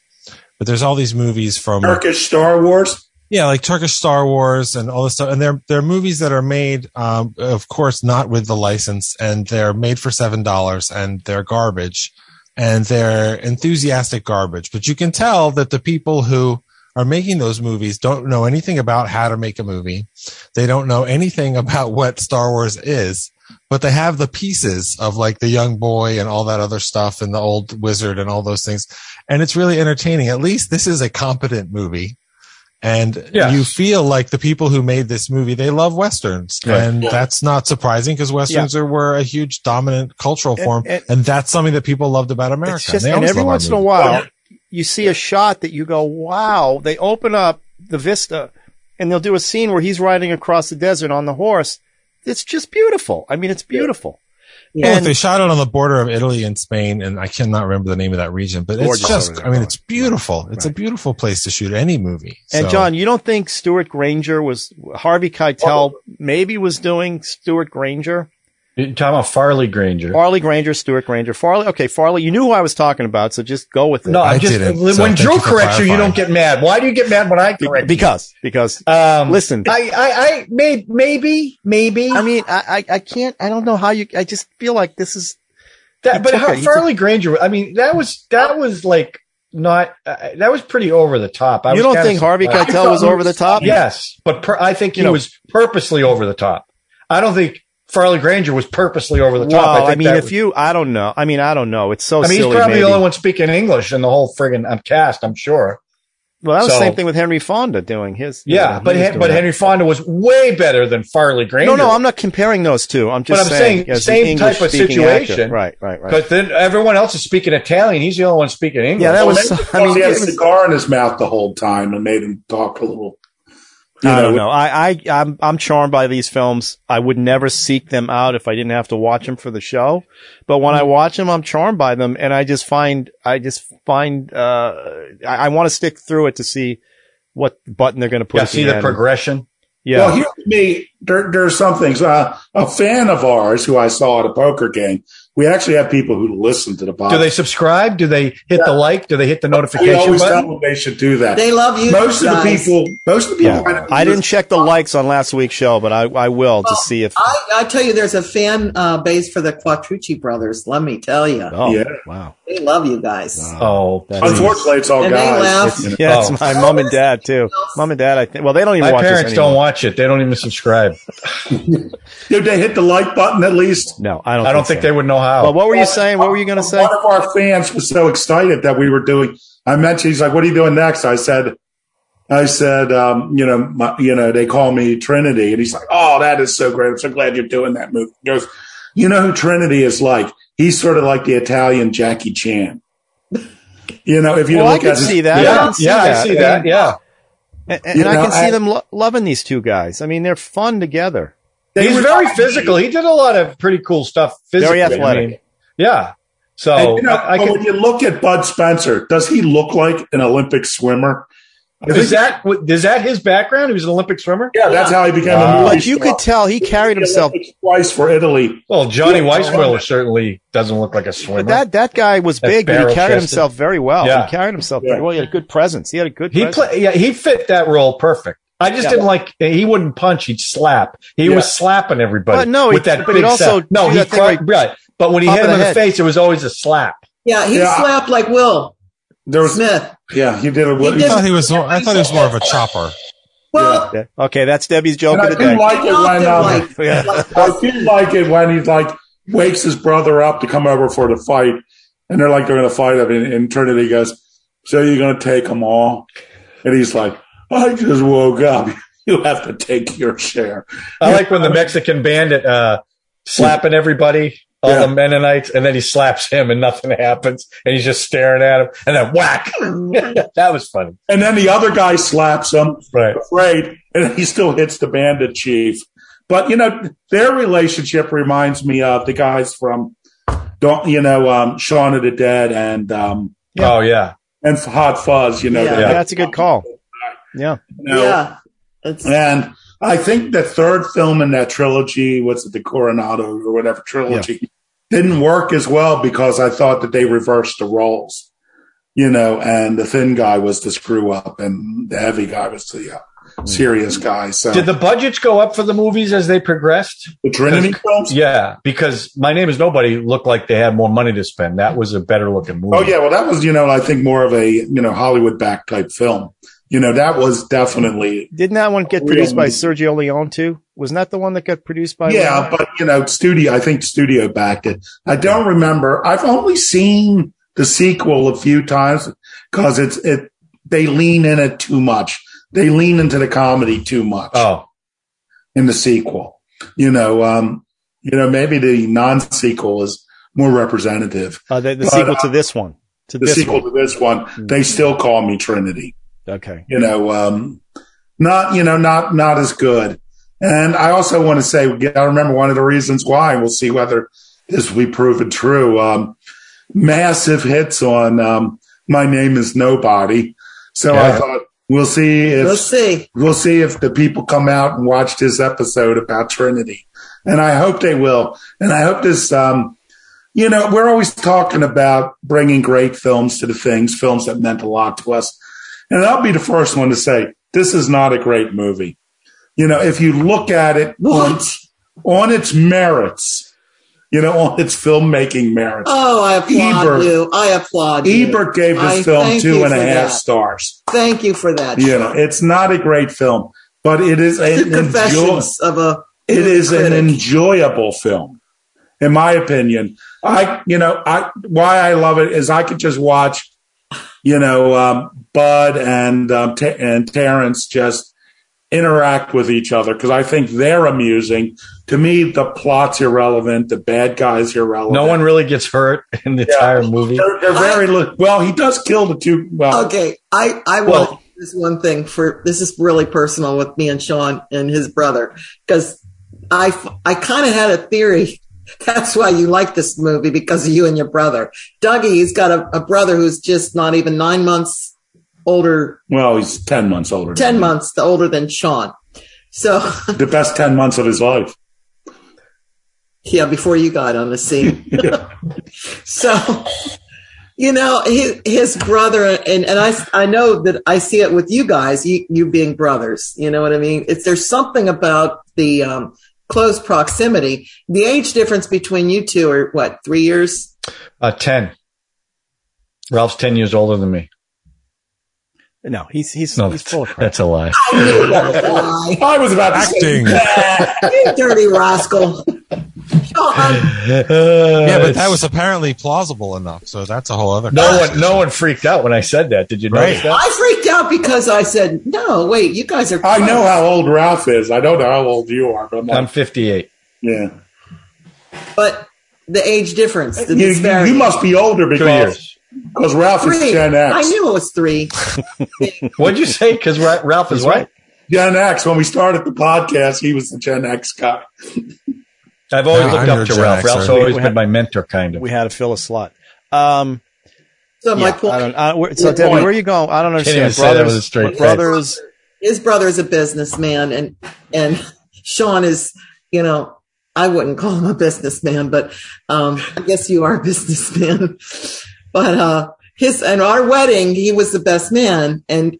Speaker 7: but there's all these movies from
Speaker 4: Turkish Star Wars.
Speaker 7: yeah, like Turkish Star Wars and all this stuff. And they're they're movies that are made, um, of course, not with the license, and they're made for seven dollars, and they're garbage, and they're enthusiastic garbage. But you can tell that the people who are making those movies don't know anything about how to make a movie. They don't know anything about what Star Wars is, but they have the pieces of like the young boy and all that other stuff and the old wizard and all those things. And it's really entertaining. At least this is a competent movie and
Speaker 6: Yeah.
Speaker 7: you feel like the people who made this movie they love westerns
Speaker 6: Right.
Speaker 7: and that's not surprising because westerns are, were a huge dominant cultural
Speaker 3: And-
Speaker 7: form
Speaker 3: and-
Speaker 7: and, that's something that people loved about america
Speaker 3: It's just,
Speaker 7: They
Speaker 3: and
Speaker 7: always
Speaker 3: every
Speaker 7: love our
Speaker 3: once in a
Speaker 7: movies.
Speaker 3: while, you see a shot that you go, wow, they open up the vista and they'll do a scene where he's riding across the desert on the horse. It's just beautiful. I mean, it's beautiful.
Speaker 7: Well,
Speaker 3: And-
Speaker 7: they shot it on the border of italy and spain and i cannot remember the name of that region but
Speaker 3: Gorgeous
Speaker 7: it's just
Speaker 3: over there.
Speaker 7: i mean it's beautiful it's a beautiful place to shoot any movie
Speaker 3: And
Speaker 7: So-
Speaker 3: John, you don't think Stuart Granger was Harvey Keitel maybe was doing Stuart Granger,
Speaker 6: You're talking about Farley Granger.
Speaker 3: Farley Granger, Stuart Granger, Farley. Okay, Farley, you knew who I was talking about, so just go with it.
Speaker 6: no,
Speaker 7: I
Speaker 6: I just
Speaker 7: didn't,
Speaker 6: when
Speaker 7: so thank
Speaker 6: Drew
Speaker 7: you for
Speaker 6: corrects you, you
Speaker 7: clarifying.
Speaker 6: don't get mad. Why do you get mad when I correct? you?
Speaker 3: because because
Speaker 6: um,
Speaker 3: listen.
Speaker 6: I, I, I may, maybe, maybe.
Speaker 3: I mean I, I I can't I don't know how you I just feel like this is
Speaker 6: That, but
Speaker 3: took
Speaker 6: how,
Speaker 3: it. He
Speaker 6: Farley Granger, I mean, that was that was like not uh, that was pretty over the top. I
Speaker 3: you
Speaker 6: was
Speaker 3: don't
Speaker 6: kinda
Speaker 3: think Harvey
Speaker 6: surprised.
Speaker 3: Keitel was over the top?
Speaker 6: Yes, but per, I think he
Speaker 3: You know-
Speaker 6: was purposely over the top. I don't think Farley Granger was purposely over the top.
Speaker 3: Well, I,
Speaker 6: think
Speaker 3: mean,
Speaker 6: that
Speaker 3: if
Speaker 6: was-
Speaker 3: you, I don't know. I mean, I don't know. It's so
Speaker 6: I mean, he's
Speaker 3: silly.
Speaker 6: probably
Speaker 3: maybe.
Speaker 6: the only one speaking English in the whole friggin' um, cast. I'm sure.
Speaker 3: well, that was the
Speaker 6: so-
Speaker 3: same thing with Henry Fonda doing his. you know,
Speaker 6: Yeah,
Speaker 3: he
Speaker 6: but
Speaker 3: was
Speaker 6: Hen-
Speaker 3: doing
Speaker 6: but
Speaker 3: that.
Speaker 6: Henry Fonda was way better than Farley Granger.
Speaker 3: No, no, I'm not comparing those two. I'm just
Speaker 6: But I'm saying
Speaker 3: as an
Speaker 6: same type of
Speaker 3: English-speaking actor.
Speaker 6: situation.
Speaker 3: Right, right, right.
Speaker 6: But then everyone else is speaking Italian. He's the only one speaking English.
Speaker 3: yeah, that was.
Speaker 4: Well,
Speaker 3: I mean,
Speaker 4: he had a
Speaker 3: it was-
Speaker 4: cigar in his mouth the whole time and made him talk a little. You
Speaker 3: I don't know. I, I, I'm, I'm charmed by these films. I would never seek them out if I didn't have to watch them for the show. But when I watch them, I'm charmed by them, and I just find, I just find, uh, I, I want to stick through it to see what button they're going to put.
Speaker 6: yeah,
Speaker 3: at
Speaker 6: see
Speaker 3: the
Speaker 6: the
Speaker 3: end.
Speaker 6: progression.
Speaker 3: Yeah.
Speaker 4: Well, here to me, there, there's some things. Uh, a fan of ours who I saw at a poker game, we actually have people who listen to the podcast.
Speaker 3: Uh,
Speaker 6: Do they subscribe? Do they hit the like? Do they hit the
Speaker 4: we
Speaker 6: notification
Speaker 4: always
Speaker 6: button?
Speaker 4: tell them they should do that.
Speaker 5: They love you.
Speaker 4: most of the
Speaker 5: guys.
Speaker 4: people, most of the people.
Speaker 3: Yeah. I didn't check the likes on last week's show, but I, I will to see if.
Speaker 5: I, I tell you, there's a fan uh, base for the Quattrucci brothers. Let me tell you,
Speaker 3: Oh,
Speaker 4: Yeah.
Speaker 3: wow.
Speaker 5: they love you guys.
Speaker 6: Oh,
Speaker 3: That's-
Speaker 6: please.
Speaker 4: Unfortunately, it's all
Speaker 5: And they laugh.
Speaker 4: guys. you know.
Speaker 3: Yeah,
Speaker 6: Oh.
Speaker 3: it's my mom and dad too. Mom and dad, I think. Well, they don't even
Speaker 6: my
Speaker 3: watch
Speaker 6: parents
Speaker 3: this
Speaker 6: don't
Speaker 3: anymore.
Speaker 6: watch it. They don't even subscribe.
Speaker 4: Did they hit the like button at least?
Speaker 3: No, I don't.
Speaker 6: I don't think they would know how.
Speaker 3: Well, what were you saying? What were you going to say?
Speaker 4: One of our fans was so excited that we were doing. I mentioned he's like, "What are you doing next?" I said, "I said, um, you know, my, you know, they call me Trinity," and he's like, "Oh, that is so great! I'm so glad you're doing that movie." He goes, "You know who Trinity is like? He's sort of like the Italian Jackie Chan." You know, if you
Speaker 3: Well, Oh, I
Speaker 4: look
Speaker 3: can
Speaker 4: at his-
Speaker 3: see that. I
Speaker 6: yeah,
Speaker 3: can see
Speaker 6: yeah,
Speaker 3: that.
Speaker 6: I see that. Uh, Yeah,
Speaker 3: And,
Speaker 4: You
Speaker 3: and I
Speaker 4: know,
Speaker 3: can see
Speaker 4: I-
Speaker 3: them lo- loving these two guys. I mean, they're fun together.
Speaker 4: they
Speaker 6: he's
Speaker 4: were-
Speaker 6: very physical. He did a lot of pretty cool stuff. Physically. I
Speaker 3: athletic.
Speaker 6: mean, yeah. So
Speaker 3: Oh,
Speaker 4: And, you know,
Speaker 6: I, I
Speaker 4: but
Speaker 6: can.
Speaker 4: when you look at Bud Spencer, does he look like an Olympic swimmer?
Speaker 3: oh,
Speaker 6: Is that is that his background? He was an Olympic swimmer.
Speaker 4: Yeah, that's how he became a movie
Speaker 3: But you could tell he carried himself.
Speaker 4: twice for Italy.
Speaker 6: Well, Johnny Weissmuller certainly doesn't look like a swimmer.
Speaker 3: But that that guy was
Speaker 6: That's
Speaker 3: big, but he carried
Speaker 6: barrel-chested.
Speaker 3: himself very well.
Speaker 6: Yeah.
Speaker 3: He carried himself
Speaker 4: Yeah.
Speaker 3: very well. He had a good presence. He had a good.
Speaker 6: he
Speaker 3: presence.
Speaker 6: play, yeah, he fit that role perfect. I just
Speaker 3: Yeah.
Speaker 6: didn't like he wouldn't punch; he'd slap. He
Speaker 4: Yeah.
Speaker 6: was slapping everybody.
Speaker 3: But no,
Speaker 6: with
Speaker 3: he-
Speaker 6: that
Speaker 3: but
Speaker 6: big
Speaker 3: he'd also
Speaker 6: slap. no,
Speaker 3: do
Speaker 6: he
Speaker 3: that thing
Speaker 6: cried,
Speaker 3: where
Speaker 6: right. But when he
Speaker 3: pop
Speaker 6: hit
Speaker 3: in
Speaker 6: him
Speaker 3: the
Speaker 6: in the
Speaker 3: head.
Speaker 6: face, it was always a slap.
Speaker 5: Yeah, he
Speaker 4: Yeah.
Speaker 5: slapped like Will.
Speaker 4: There was,
Speaker 5: Smith.
Speaker 4: yeah, he did a
Speaker 5: He
Speaker 7: I
Speaker 5: did-
Speaker 7: thought he was. more- I thought he was more of a chopper.
Speaker 5: Well,
Speaker 3: Yeah. Okay, that's Debbie's joke
Speaker 4: And
Speaker 3: of
Speaker 4: I
Speaker 3: the day.
Speaker 4: do like it when um,
Speaker 5: Often,
Speaker 3: Yeah.
Speaker 4: I do like it when he like wakes his brother up to come over for the fight, and they're like they're gonna fight him, and, and Trinity goes, "So you're gonna take them all?" And he's like, "I just woke up. You have to take your share."
Speaker 6: I like when the Mexican bandit uh, slapping everybody, all
Speaker 4: Yeah.
Speaker 6: the Mennonites, and then he slaps him and nothing happens, and he's just staring at him, and then whack. that was funny,
Speaker 4: And then the other guy slaps him,
Speaker 6: right?
Speaker 4: afraid, and he still hits the bandit chief. But you know, their relationship reminds me of the guys from, don't you know, um, Shaun of the Dead and um,
Speaker 6: Oh yeah,
Speaker 4: and Hot Fuzz. You know,
Speaker 5: Yeah.
Speaker 4: the-
Speaker 3: Yeah, that's a good call. Yeah.
Speaker 4: you know,
Speaker 5: yeah. It's,
Speaker 4: And I think the third film in that trilogy, what's it, the Coronado or whatever trilogy, didn't work as well because I thought that they reversed the roles, you know, and the thin guy was the screw up and the heavy guy was the uh, serious guy. So
Speaker 6: Mm-hmm. did the budgets go up for the movies as they progressed?
Speaker 4: the Trinity films?
Speaker 6: Yeah, because My Name Is Nobody looked like they had more money to spend. That was a better looking movie.
Speaker 4: Oh, yeah. Well, that was, you know, I think more of a, you know, Hollywood back type film. You know, that was definitely,
Speaker 3: Didn't that one get
Speaker 4: Real
Speaker 3: produced by
Speaker 4: movie.
Speaker 3: Sergio Leone too? Wasn't that the one that got produced by? uh,
Speaker 4: yeah,
Speaker 3: Leone?
Speaker 4: but, you know, studio, I think studio backed it. I don't remember. I've only seen the sequel a few times because it's, it, they lean in it too much. They lean into the comedy too much
Speaker 6: Oh,
Speaker 4: in the sequel. You know, um, you know, maybe the non sequel is more representative.
Speaker 3: Uh, the, the
Speaker 4: but,
Speaker 3: sequel
Speaker 4: uh,
Speaker 3: to this one. To
Speaker 4: The
Speaker 3: this
Speaker 4: sequel
Speaker 3: one.
Speaker 4: to this one, they still call me Trinity.
Speaker 3: Okay.
Speaker 4: you know, um, not you know, not not as good. And I also want to say, I remember one of the reasons why. We'll see whether this will be proven true. Um, massive hits on um, "My Name Is Nobody," so I
Speaker 6: Yeah.
Speaker 4: thought we'll see if
Speaker 5: Let's see.
Speaker 4: we'll see if the people come out and watch this episode about Trinity. And I hope they will. And I hope this, um, you know, we're always talking about bringing great films to the things, films that meant a lot to us. And I'll be the first one to say, this is not a great movie. You know, if you look at it on, on its merits, you know, on its filmmaking merits,
Speaker 5: Oh, I applaud
Speaker 4: Ebert.
Speaker 5: you. I applaud you.
Speaker 4: Ebert gave this
Speaker 5: I
Speaker 4: film
Speaker 5: thank
Speaker 4: two
Speaker 5: you
Speaker 4: and a
Speaker 5: for
Speaker 4: half
Speaker 5: that.
Speaker 4: stars.
Speaker 5: Thank you for that.
Speaker 4: You know, it's not a great film, but it is
Speaker 5: The
Speaker 4: an enjoy-
Speaker 5: confessions of a.
Speaker 4: it is an
Speaker 5: critic.
Speaker 4: enjoyable film, in my opinion. I you know I why I love it is I could just watch, you know, um, Bud and um, Ta- and Terrence just interact with each other because I think they're amusing. To me, the plot's irrelevant. The bad guy's irrelevant.
Speaker 6: no one really gets hurt in the entire movie.
Speaker 4: They're, they're very li- well. He does kill the two. Well,
Speaker 5: Okay, I I
Speaker 6: Well-
Speaker 5: want this one thing for this is really personal with me and Sean and his brother because I f- I kind of had a theory. That's why you like this movie because of you and your brother, Dougie. He's got a, a brother who's just not even nine months older,
Speaker 4: well, he's ten months older. than
Speaker 5: ten
Speaker 4: me.
Speaker 5: months older than Sean. So
Speaker 4: The best ten months of his life.
Speaker 5: Yeah, before you got on the scene. so, you know, his, his brother and and I I know that I see it with you guys, you you being brothers. You know what I mean? It's there's something about the um, close proximity. The age difference between you two are what three years?
Speaker 6: Uh, ten. Ralph's ten years older than me.
Speaker 3: No, he's he's
Speaker 6: No,
Speaker 3: he's
Speaker 6: that's,
Speaker 3: full of crap.
Speaker 6: that's a lie.
Speaker 5: Why?
Speaker 4: I was about to say
Speaker 7: Acting.
Speaker 5: you dirty rascal, John.
Speaker 7: Yeah,
Speaker 6: yeah,
Speaker 7: but that was apparently plausible enough. So that's a whole other.
Speaker 6: no one.
Speaker 7: conversation.
Speaker 6: No one freaked out when I said that. Did you notice
Speaker 7: Right.
Speaker 6: that?
Speaker 5: I freaked out because I said, "No, wait, you guys are."
Speaker 4: I know how old Ralph is. I don't know how old you are, but I'm like,
Speaker 6: I'm 58.
Speaker 4: yeah.
Speaker 5: but the age difference, the
Speaker 4: You, you-
Speaker 5: disparity.
Speaker 4: you must be older
Speaker 6: Two
Speaker 4: because
Speaker 6: years.
Speaker 4: because Ralph is
Speaker 5: three.
Speaker 4: Gen X.
Speaker 5: I knew it was three.
Speaker 6: What'd you say? Because Ralph is
Speaker 3: He's
Speaker 6: what?
Speaker 4: Gen X. When we started the podcast, he was the Gen X guy.
Speaker 6: I've always
Speaker 7: Yeah,
Speaker 6: looked
Speaker 7: I'm
Speaker 6: up
Speaker 7: your
Speaker 6: to Ralph.
Speaker 7: Gen Xer.
Speaker 6: Ralph's always
Speaker 3: We- we
Speaker 6: been
Speaker 3: ha-
Speaker 6: my mentor, kind of.
Speaker 3: We had to fill a slot. Um,
Speaker 5: So my point.
Speaker 3: I don't, I, where, so
Speaker 5: Your
Speaker 3: Debbie,
Speaker 5: point.
Speaker 3: where are you going? I don't
Speaker 5: Can't
Speaker 3: understand.
Speaker 5: even say that
Speaker 3: Brothers,
Speaker 5: with a straight
Speaker 3: brothers.
Speaker 5: his brother's a businessman and and Sean is, you know, I wouldn't call him a businessman, but um I guess you are a businessman. But uh his and our wedding, he was the best man. And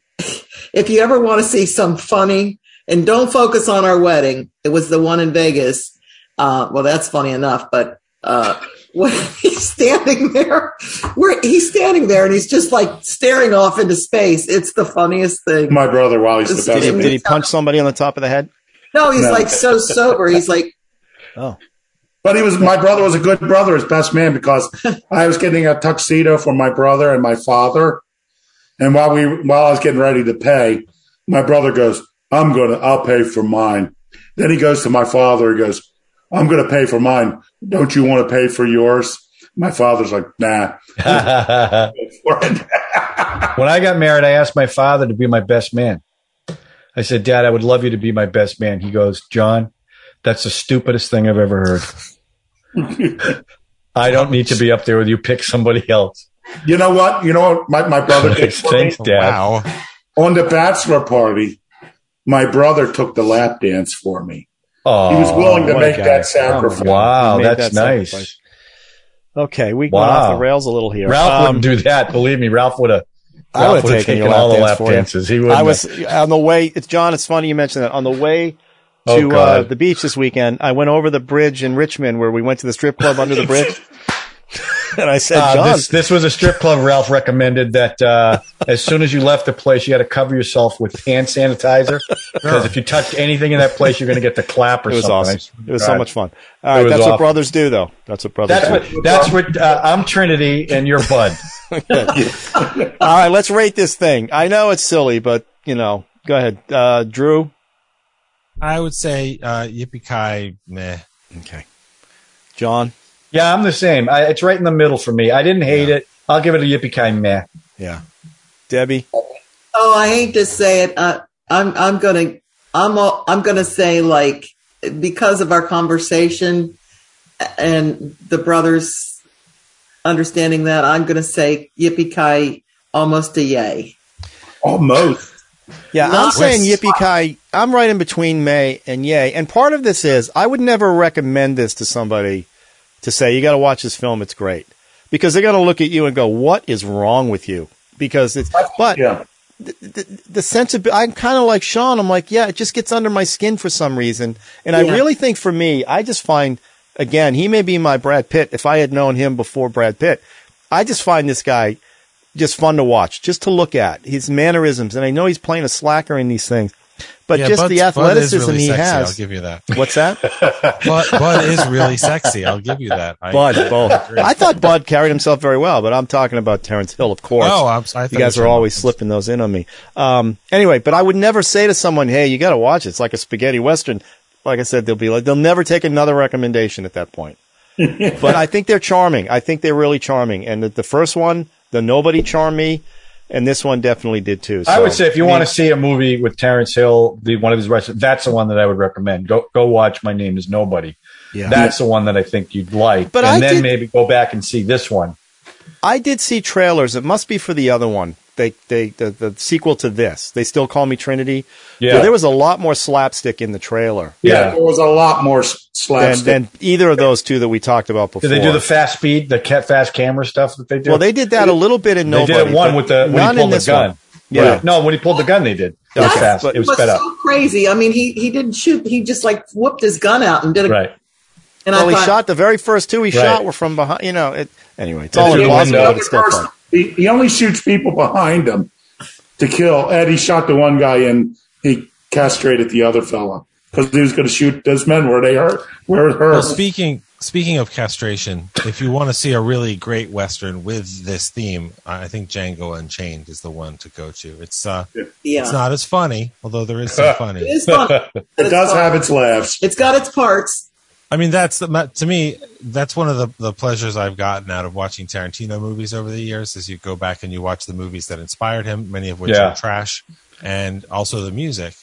Speaker 5: if you ever want to see some funny and don't focus on our wedding, it was the one in Vegas. Uh well that's funny enough, but uh when he's standing there, where he's standing there and he's just like staring off into space. It's the funniest thing.
Speaker 4: My brother, while he's the
Speaker 3: Did
Speaker 4: best
Speaker 3: he,
Speaker 4: man.
Speaker 3: did he punch somebody on the top of the head?
Speaker 5: No, he's
Speaker 4: No.
Speaker 5: like so sober. He's like,
Speaker 3: Oh.
Speaker 4: But he was my brother was a good brother, his best man, because I was getting a tuxedo for my brother and my father. And while we while I was getting ready to pay, my brother goes, I'm gonna I'll pay for mine. Then he goes to my father and goes, I'm gonna pay for mine. Don't you wanna pay for yours? My father's like, nah.
Speaker 6: when I got married, I asked my father to be my best man. I said, Dad, I would love you to be my best man. He goes, John, that's the stupidest thing I've ever heard. I don't need to be up there with you. Pick somebody else.
Speaker 4: You know what? You know what my, my brother did for me?
Speaker 6: Thanks,
Speaker 7: Oh,
Speaker 6: Dad.
Speaker 4: On the bachelor party, my brother took the lap dance for me.
Speaker 6: Oh,
Speaker 4: He was willing to
Speaker 3: what a
Speaker 4: make
Speaker 3: guy.
Speaker 4: that
Speaker 3: Oh my
Speaker 4: sacrifice.
Speaker 3: God.
Speaker 6: Wow,
Speaker 3: He made
Speaker 6: that's
Speaker 3: that
Speaker 6: nice.
Speaker 3: sacrifice. Okay, we
Speaker 6: Wow.
Speaker 3: went off the rails a little here.
Speaker 6: Ralph
Speaker 3: Um,
Speaker 6: wouldn't do that. Believe me, Ralph would have.
Speaker 3: I would
Speaker 6: Ralph
Speaker 3: have taken, your
Speaker 6: all the
Speaker 3: dance
Speaker 6: lap
Speaker 3: for you.
Speaker 6: dances. He would.
Speaker 3: I was on the way. It's John. It's funny you mentioned that. On the way
Speaker 6: Oh,
Speaker 3: to uh,
Speaker 6: God.
Speaker 3: the beach this weekend, I went over the bridge in Richmond where we went to the strip club under the bridge, and I said,
Speaker 6: Uh,
Speaker 3: "John,
Speaker 6: this, this was a strip club. Ralph recommended that uh, as soon as you left the place, you had to cover yourself with hand sanitizer because if you touched anything in that place, you're going to get the clap or
Speaker 3: it was
Speaker 6: something.
Speaker 3: awesome. It was so
Speaker 6: God.
Speaker 3: much fun.
Speaker 6: It
Speaker 3: All right,
Speaker 6: was
Speaker 3: that's what
Speaker 6: awful.
Speaker 3: brothers do, though. That's what brothers
Speaker 6: That's
Speaker 3: do.
Speaker 6: what. That's what. Uh, I'm Trinity and you're Bud.
Speaker 3: All right, let's rate this thing. I know it's silly, but you know, go ahead, uh, Drew.
Speaker 7: I would say uh, yippee ki meh.
Speaker 3: Okay, John.
Speaker 6: Yeah, I'm the same. I, it's right in the middle for me. I didn't hate it. I'll give it a yippee ki meh.
Speaker 3: Yeah, Debbie.
Speaker 5: "Oh, I hate to say it. Uh, I'm I'm gonna I'm all, I'm gonna say like because of our conversation and the brothers understanding that I'm gonna say yippee ki almost a yay.
Speaker 4: Almost.
Speaker 3: Yeah, I'm
Speaker 5: Not-
Speaker 3: saying yippee ki. I'm right in between May and Yay. And part of this is I would never recommend this to somebody to say you got to watch this film. It's great because they're going to look at you and go, "What is wrong with you?" Because it's but
Speaker 4: Yeah.
Speaker 3: the sense of I'm kind of like Sean. I'm like, yeah, it just gets under my skin for some reason. And I
Speaker 5: Yeah.
Speaker 3: really think for me, I just find again, he may be my Brad Pitt. If I had known him before Brad Pitt, I just find this guy just fun to watch, just to look at his mannerisms. And I know he's playing a slacker in these things, but
Speaker 7: Yeah,
Speaker 3: just
Speaker 7: Bud's-
Speaker 3: the
Speaker 7: Bud is
Speaker 3: athleticism
Speaker 7: really
Speaker 3: he
Speaker 7: sexy, I'll
Speaker 3: has.
Speaker 7: give you that.
Speaker 3: What's that?
Speaker 7: Bud, Bud is really sexy. I'll give you that. I,
Speaker 3: Bud, Bud. I thought Bud carried himself very well, but I'm talking about Terrence Hill, of course.
Speaker 7: Oh, I'm- I thought
Speaker 3: you guys
Speaker 7: you
Speaker 3: are
Speaker 7: were-
Speaker 3: always slipping those in on me. Um, anyway, but I would never say to someone, "Hey, you got to watch it. It's like a spaghetti western." Like I said, they'll be like, they'll never take another recommendation at that point. but I think they're charming. I think they're really charming. And the, the first one, the nobody charmed me, and this one definitely did too.
Speaker 6: I
Speaker 3: So,
Speaker 6: would say if you
Speaker 3: I mean,
Speaker 6: want to see a movie with Terrence Hill, the one of his rest, that's the one that I would recommend. Go go watch My Name Is Nobody.
Speaker 3: Yeah.
Speaker 6: That's the one that I think you'd like.
Speaker 3: But
Speaker 6: and
Speaker 3: I
Speaker 6: then
Speaker 3: did-
Speaker 6: maybe go back and see this one.
Speaker 3: I did see trailers. It must be for the other one. They they the, the sequel to this. They still call me Trinity.
Speaker 6: Yeah.
Speaker 3: There was a lot more slapstick in the trailer
Speaker 4: yeah,
Speaker 6: Yeah.
Speaker 4: there was a lot more s-
Speaker 3: than,
Speaker 4: slapstick.
Speaker 3: than either of those two that we talked about before.
Speaker 6: Did they do the fast speed, the ca- fast camera stuff that they did?
Speaker 3: well, they did that a little bit in
Speaker 6: They
Speaker 3: Nobody.
Speaker 6: did it one
Speaker 3: but
Speaker 6: with the when
Speaker 3: not
Speaker 6: he
Speaker 3: in
Speaker 6: pulled the
Speaker 3: this
Speaker 6: gun.
Speaker 3: one. Yeah.
Speaker 6: Right. No, when he pulled the gun, they did. It was
Speaker 5: That's
Speaker 6: fast.
Speaker 3: but-
Speaker 6: It was
Speaker 5: What's
Speaker 6: sped up.
Speaker 5: so crazy? I mean, he he didn't shoot. He just like whooped his gun out and did it.
Speaker 6: Right.
Speaker 5: And
Speaker 3: Well,
Speaker 5: I
Speaker 3: he
Speaker 5: thought,
Speaker 3: shot the very first two he
Speaker 6: Right.
Speaker 3: shot were from behind. You know, it, anyway, it's
Speaker 6: And
Speaker 3: all
Speaker 6: through the
Speaker 3: implausible,
Speaker 6: window.
Speaker 3: but it's still fun.
Speaker 4: he, he only shoots people behind him to kill. Eddie shot the one guy and he castrated the other fella because he was going to shoot those men where they hurt. Where it hurt.
Speaker 7: Well, speaking speaking of castration, if you want to see a really great western with this theme, I I think Django Unchained is the one to go to. It's uh,
Speaker 5: yeah,
Speaker 7: it's not as funny, although there is some
Speaker 5: it
Speaker 7: funny.
Speaker 5: is fun.
Speaker 4: it does have its laughs.
Speaker 5: It's got its parts.
Speaker 7: I mean, that's the, to me, that's one of the, the pleasures I've gotten out of watching Tarantino movies over the years. Is you go back and you watch the movies that inspired him, many of which
Speaker 6: Yeah.
Speaker 7: are trash, and also the music.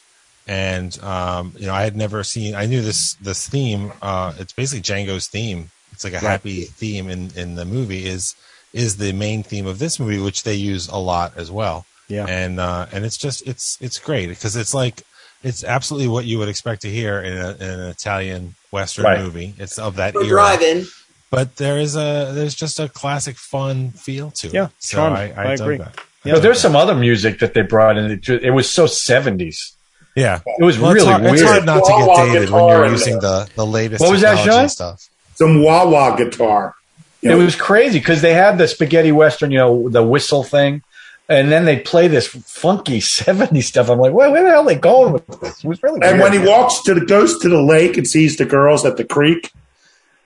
Speaker 7: And um, you know, I had never seen. I knew this this theme. Uh, it's basically Django's theme. It's like a happy theme in in the movie. Is is the main theme of this movie, which they use a lot as well.
Speaker 3: Yeah.
Speaker 7: And uh, and it's just it's it's great because it's like it's absolutely what you would expect to hear in, a, in an Italian western
Speaker 6: Right.
Speaker 7: movie. It's of that
Speaker 5: For
Speaker 7: era.
Speaker 5: driving.
Speaker 7: But there is a there's just a classic fun feel to it.
Speaker 3: Yeah,
Speaker 7: So
Speaker 3: charming.
Speaker 7: I, I,
Speaker 3: I
Speaker 7: dug
Speaker 3: agree.
Speaker 7: that.
Speaker 3: Yeah.
Speaker 6: But there's some other music that they brought in. It ju- It was so 70s.
Speaker 7: Yeah.
Speaker 6: It was
Speaker 7: Well,
Speaker 6: really
Speaker 7: it's hard,
Speaker 6: weird.
Speaker 7: It's hard not to
Speaker 4: Wah-wah
Speaker 7: get dated when
Speaker 4: guitar
Speaker 7: you're
Speaker 4: in
Speaker 7: using
Speaker 4: there.
Speaker 7: the, the latest
Speaker 6: What was that,
Speaker 7: technology and
Speaker 6: Sean?
Speaker 7: stuff.
Speaker 4: Some wah wah guitar. You
Speaker 6: It
Speaker 4: know,
Speaker 6: was crazy because they had the spaghetti western, you know, the whistle thing, and then they play this funky 70s stuff. I'm like, well, where the hell are they going with this? It was really
Speaker 4: and when
Speaker 6: weird.
Speaker 4: he walks to the goes to the lake and sees the girls at the creek,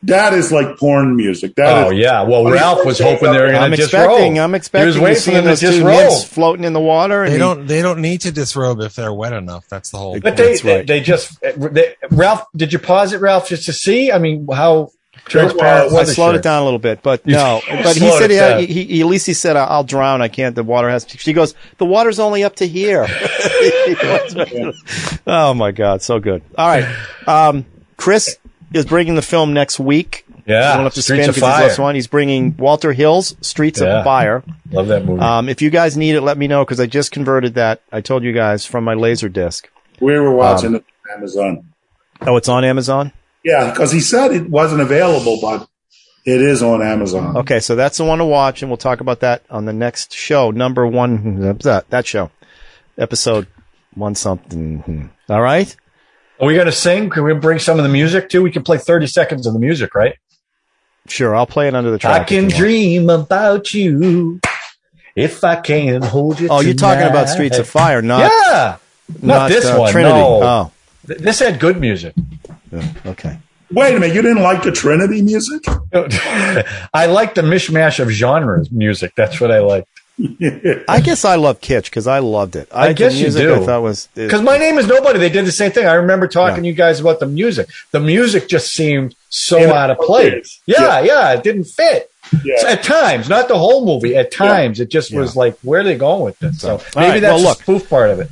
Speaker 4: that is like porn music. That
Speaker 6: Oh
Speaker 4: is-
Speaker 6: yeah, well
Speaker 4: When he
Speaker 6: Ralph was
Speaker 4: first
Speaker 6: hoping they were going
Speaker 3: I'm
Speaker 6: to just
Speaker 3: expecting.
Speaker 6: roll.
Speaker 3: I'm expecting.
Speaker 6: He
Speaker 3: to
Speaker 6: was waiting
Speaker 3: see
Speaker 6: for them to
Speaker 3: those
Speaker 6: just
Speaker 3: two
Speaker 6: roll.
Speaker 3: nymphs floating in the water. And
Speaker 7: They
Speaker 3: he-
Speaker 7: don't they don't need to disrobe if they're wet enough. That's the whole
Speaker 6: But they,
Speaker 3: That's right.
Speaker 6: they, they just eh, they, Ralph. Did you pause it, Ralph, just to see? I mean, how transparent
Speaker 3: I
Speaker 6: was it?
Speaker 3: slowed
Speaker 6: Sure.
Speaker 3: it down a little bit, but
Speaker 6: You
Speaker 3: no. But he
Speaker 6: slowed
Speaker 3: said
Speaker 6: it
Speaker 3: yeah,
Speaker 6: down.
Speaker 3: he, he, at least he said "I- I'll drown. I can't. The water has. to-" She goes. The water's only up to here. oh my god, so good. All right, um, Chris is bringing the film next week.
Speaker 6: Yeah,
Speaker 3: we don't have to
Speaker 6: Streets
Speaker 3: spin
Speaker 6: of
Speaker 3: because he's
Speaker 6: Fire.
Speaker 3: last one. He's bringing Walter Hill's Streets
Speaker 6: Yeah.
Speaker 3: of Fire.
Speaker 6: Love that movie.
Speaker 3: Um, if you guys need it, let me know because I just converted that. I told you guys from my laser disc.
Speaker 4: we were
Speaker 6: Um,
Speaker 4: watching it on Amazon.
Speaker 3: Oh, it's on Amazon.
Speaker 4: Yeah, because he said it wasn't available, but it is on Amazon.
Speaker 3: Okay, so that's the one to watch, and we'll talk about that on the next show, number one. That that show, episode one something. All right.
Speaker 6: Are we going to sing? Can we bring some of the music too? We can play 30 seconds of the music, right?
Speaker 3: Sure, I'll play it under the track.
Speaker 6: I
Speaker 3: if
Speaker 6: can
Speaker 3: you want.
Speaker 6: dream about you if I can hold you.
Speaker 3: Oh, you're talking about
Speaker 6: tonight.
Speaker 3: Streets of Fire, not
Speaker 6: Yeah, not, this
Speaker 3: uh,
Speaker 6: one.
Speaker 3: Trinity.
Speaker 6: No,
Speaker 3: Oh,
Speaker 6: Th- this had good music.
Speaker 3: okay.
Speaker 4: Wait a minute, you didn't like the Trinity music?
Speaker 6: I like the mishmash of genres music. That's what I like.
Speaker 3: I guess I love Kitsch because I loved it.
Speaker 6: I guess
Speaker 3: the
Speaker 6: you
Speaker 3: music
Speaker 6: do.
Speaker 3: I thought was
Speaker 6: Because my name is nobody. They did the same thing. I remember talking to you guys about the music. The music just seemed so
Speaker 4: Yeah.
Speaker 6: out of place. Yeah, yeah, it didn't fit.
Speaker 4: Yeah.
Speaker 6: So at times, not the whole movie. At times, it just was like, where are they going with this? So maybe
Speaker 3: right,
Speaker 6: that's
Speaker 3: well,
Speaker 6: the
Speaker 3: look.
Speaker 6: spoof part of it.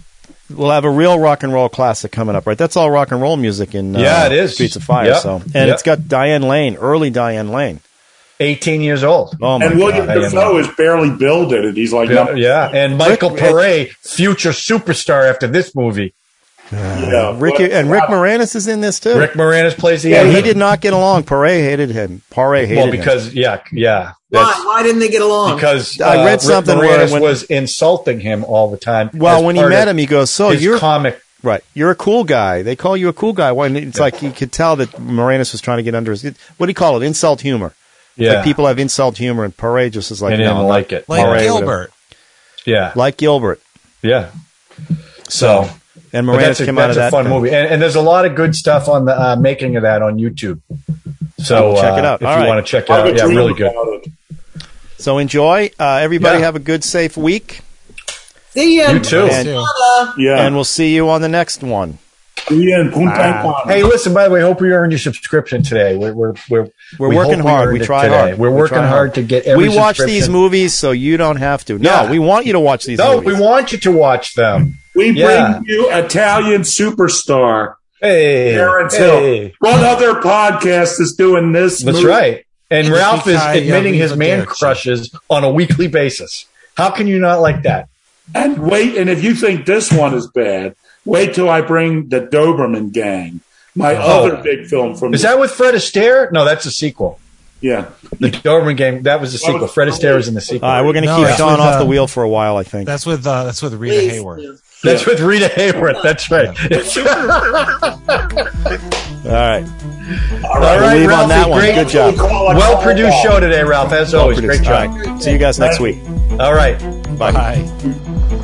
Speaker 3: we'll have a real rock and roll classic coming up, right? That's all rock and roll music in uh,
Speaker 6: Yeah, it is.
Speaker 3: Streets of Fire.
Speaker 6: Yep.
Speaker 3: So, and
Speaker 6: Yep.
Speaker 3: it's got Diane Lane, early Diane Lane.
Speaker 6: 18 years old.
Speaker 3: Oh my
Speaker 4: and William
Speaker 3: god!
Speaker 6: I am-
Speaker 4: Defoe is barely billed in it. He's like,
Speaker 6: Yeah,
Speaker 4: no,
Speaker 6: yeah. and Michael
Speaker 3: Rick-
Speaker 6: Paray, future superstar after this movie.
Speaker 4: yeah.
Speaker 3: Rick
Speaker 4: What-
Speaker 3: and Rick Moranis is in this too.
Speaker 6: Rick Moranis plays the
Speaker 3: and
Speaker 6: end.
Speaker 3: he did not get along. Pare hated him. Pare hated
Speaker 6: well
Speaker 3: him.
Speaker 6: because yeah, yeah.
Speaker 5: Why? Why didn't they get along?
Speaker 6: because
Speaker 3: I
Speaker 6: uh,
Speaker 3: read
Speaker 6: Rick
Speaker 3: something where
Speaker 6: Moranis
Speaker 3: when-
Speaker 6: was insulting him all the time.
Speaker 3: Well,
Speaker 6: as
Speaker 3: when he
Speaker 6: part
Speaker 3: met
Speaker 6: of
Speaker 3: him, he goes, "So
Speaker 6: his
Speaker 3: you're
Speaker 6: comic.
Speaker 3: right. You're a cool guy. They call you a cool guy." Why? And it's like you could tell that Moranis was trying to get under his. What do you call it? Insult humor.
Speaker 6: Yeah,
Speaker 3: Like people have insult humor, and Pare just is
Speaker 6: they
Speaker 3: like,
Speaker 6: didn't
Speaker 3: no,
Speaker 6: like it.
Speaker 7: Like
Speaker 3: All right,
Speaker 7: Gilbert.
Speaker 6: Yeah,
Speaker 3: like Gilbert.
Speaker 6: yeah. So,
Speaker 3: And
Speaker 6: but that's
Speaker 3: Moranis
Speaker 6: a,
Speaker 3: came out of
Speaker 6: that's
Speaker 3: that
Speaker 6: a fun
Speaker 3: thing.
Speaker 6: movie, and, and there's a lot of good stuff on the uh, making of that on YouTube. So
Speaker 3: Check
Speaker 6: uh,
Speaker 3: it out.
Speaker 6: if
Speaker 3: All
Speaker 6: you
Speaker 3: right.
Speaker 6: want to check it
Speaker 4: I
Speaker 6: out.
Speaker 4: would
Speaker 6: Yeah,
Speaker 4: dream
Speaker 6: really good.
Speaker 4: about it.
Speaker 3: So enjoy. Uh, everybody
Speaker 6: Yeah.
Speaker 3: have a good, safe week,
Speaker 5: See ya.
Speaker 6: You too.
Speaker 3: And-
Speaker 4: Yeah.
Speaker 3: and we'll see you on the next one.
Speaker 4: Yeah, and Punta Cana.
Speaker 6: Ah. Hey, listen. By the way, hope we earned your subscription today. We're we're we're,
Speaker 3: We're
Speaker 6: we
Speaker 3: working
Speaker 6: hope
Speaker 3: hard.
Speaker 6: earned
Speaker 3: We
Speaker 6: it
Speaker 3: try
Speaker 6: today.
Speaker 3: hard.
Speaker 6: We're
Speaker 3: We
Speaker 6: working
Speaker 3: try
Speaker 6: hard.
Speaker 3: hard.
Speaker 6: to get every.
Speaker 3: we watch these
Speaker 6: subscription.
Speaker 3: movies so you don't have to. No,
Speaker 6: Yeah.
Speaker 3: we want you to watch these.
Speaker 6: No,
Speaker 3: movies.
Speaker 6: we want you to watch them.
Speaker 4: we bring
Speaker 6: yeah.
Speaker 4: you Italian superstar
Speaker 6: Hey,
Speaker 4: Terrence
Speaker 6: hey.
Speaker 4: Hill. What other podcast is doing this?
Speaker 6: That's
Speaker 4: movie?
Speaker 6: right. And
Speaker 7: And
Speaker 6: Ralph
Speaker 7: the
Speaker 6: is
Speaker 7: guy,
Speaker 6: admitting
Speaker 7: yeah,
Speaker 6: his
Speaker 7: he's a
Speaker 6: man
Speaker 7: dick.
Speaker 6: crushes on a weekly basis. How can you not like that?
Speaker 4: And wait, and if you think this one is bad, wait till I bring the Doberman Gang, my other big film from
Speaker 6: Oh. Is that with Fred Astaire? No, that's a sequel.
Speaker 4: yeah.
Speaker 6: The Doberman game, that was a
Speaker 4: That
Speaker 6: sequel.
Speaker 4: was-
Speaker 6: Fred Astaire was in the sequel.
Speaker 3: All right, we're going to
Speaker 7: No,
Speaker 3: keep
Speaker 7: that's
Speaker 3: Don
Speaker 7: with,
Speaker 3: off
Speaker 7: uh,
Speaker 3: the wheel for a while, I think.
Speaker 7: That's with uh, that's with Rita
Speaker 5: Please
Speaker 7: Hayward.
Speaker 5: do.
Speaker 6: that's with Rita Hayworth. That's right.
Speaker 3: All right.
Speaker 6: All right,
Speaker 3: leave
Speaker 6: Ralph.
Speaker 3: on that one.
Speaker 6: Great,
Speaker 3: Good job.
Speaker 6: well produced show today, Ralph. As always, great
Speaker 3: All
Speaker 6: job.
Speaker 3: right. See you guys next week.
Speaker 6: All right.
Speaker 3: Bye.
Speaker 7: Bye.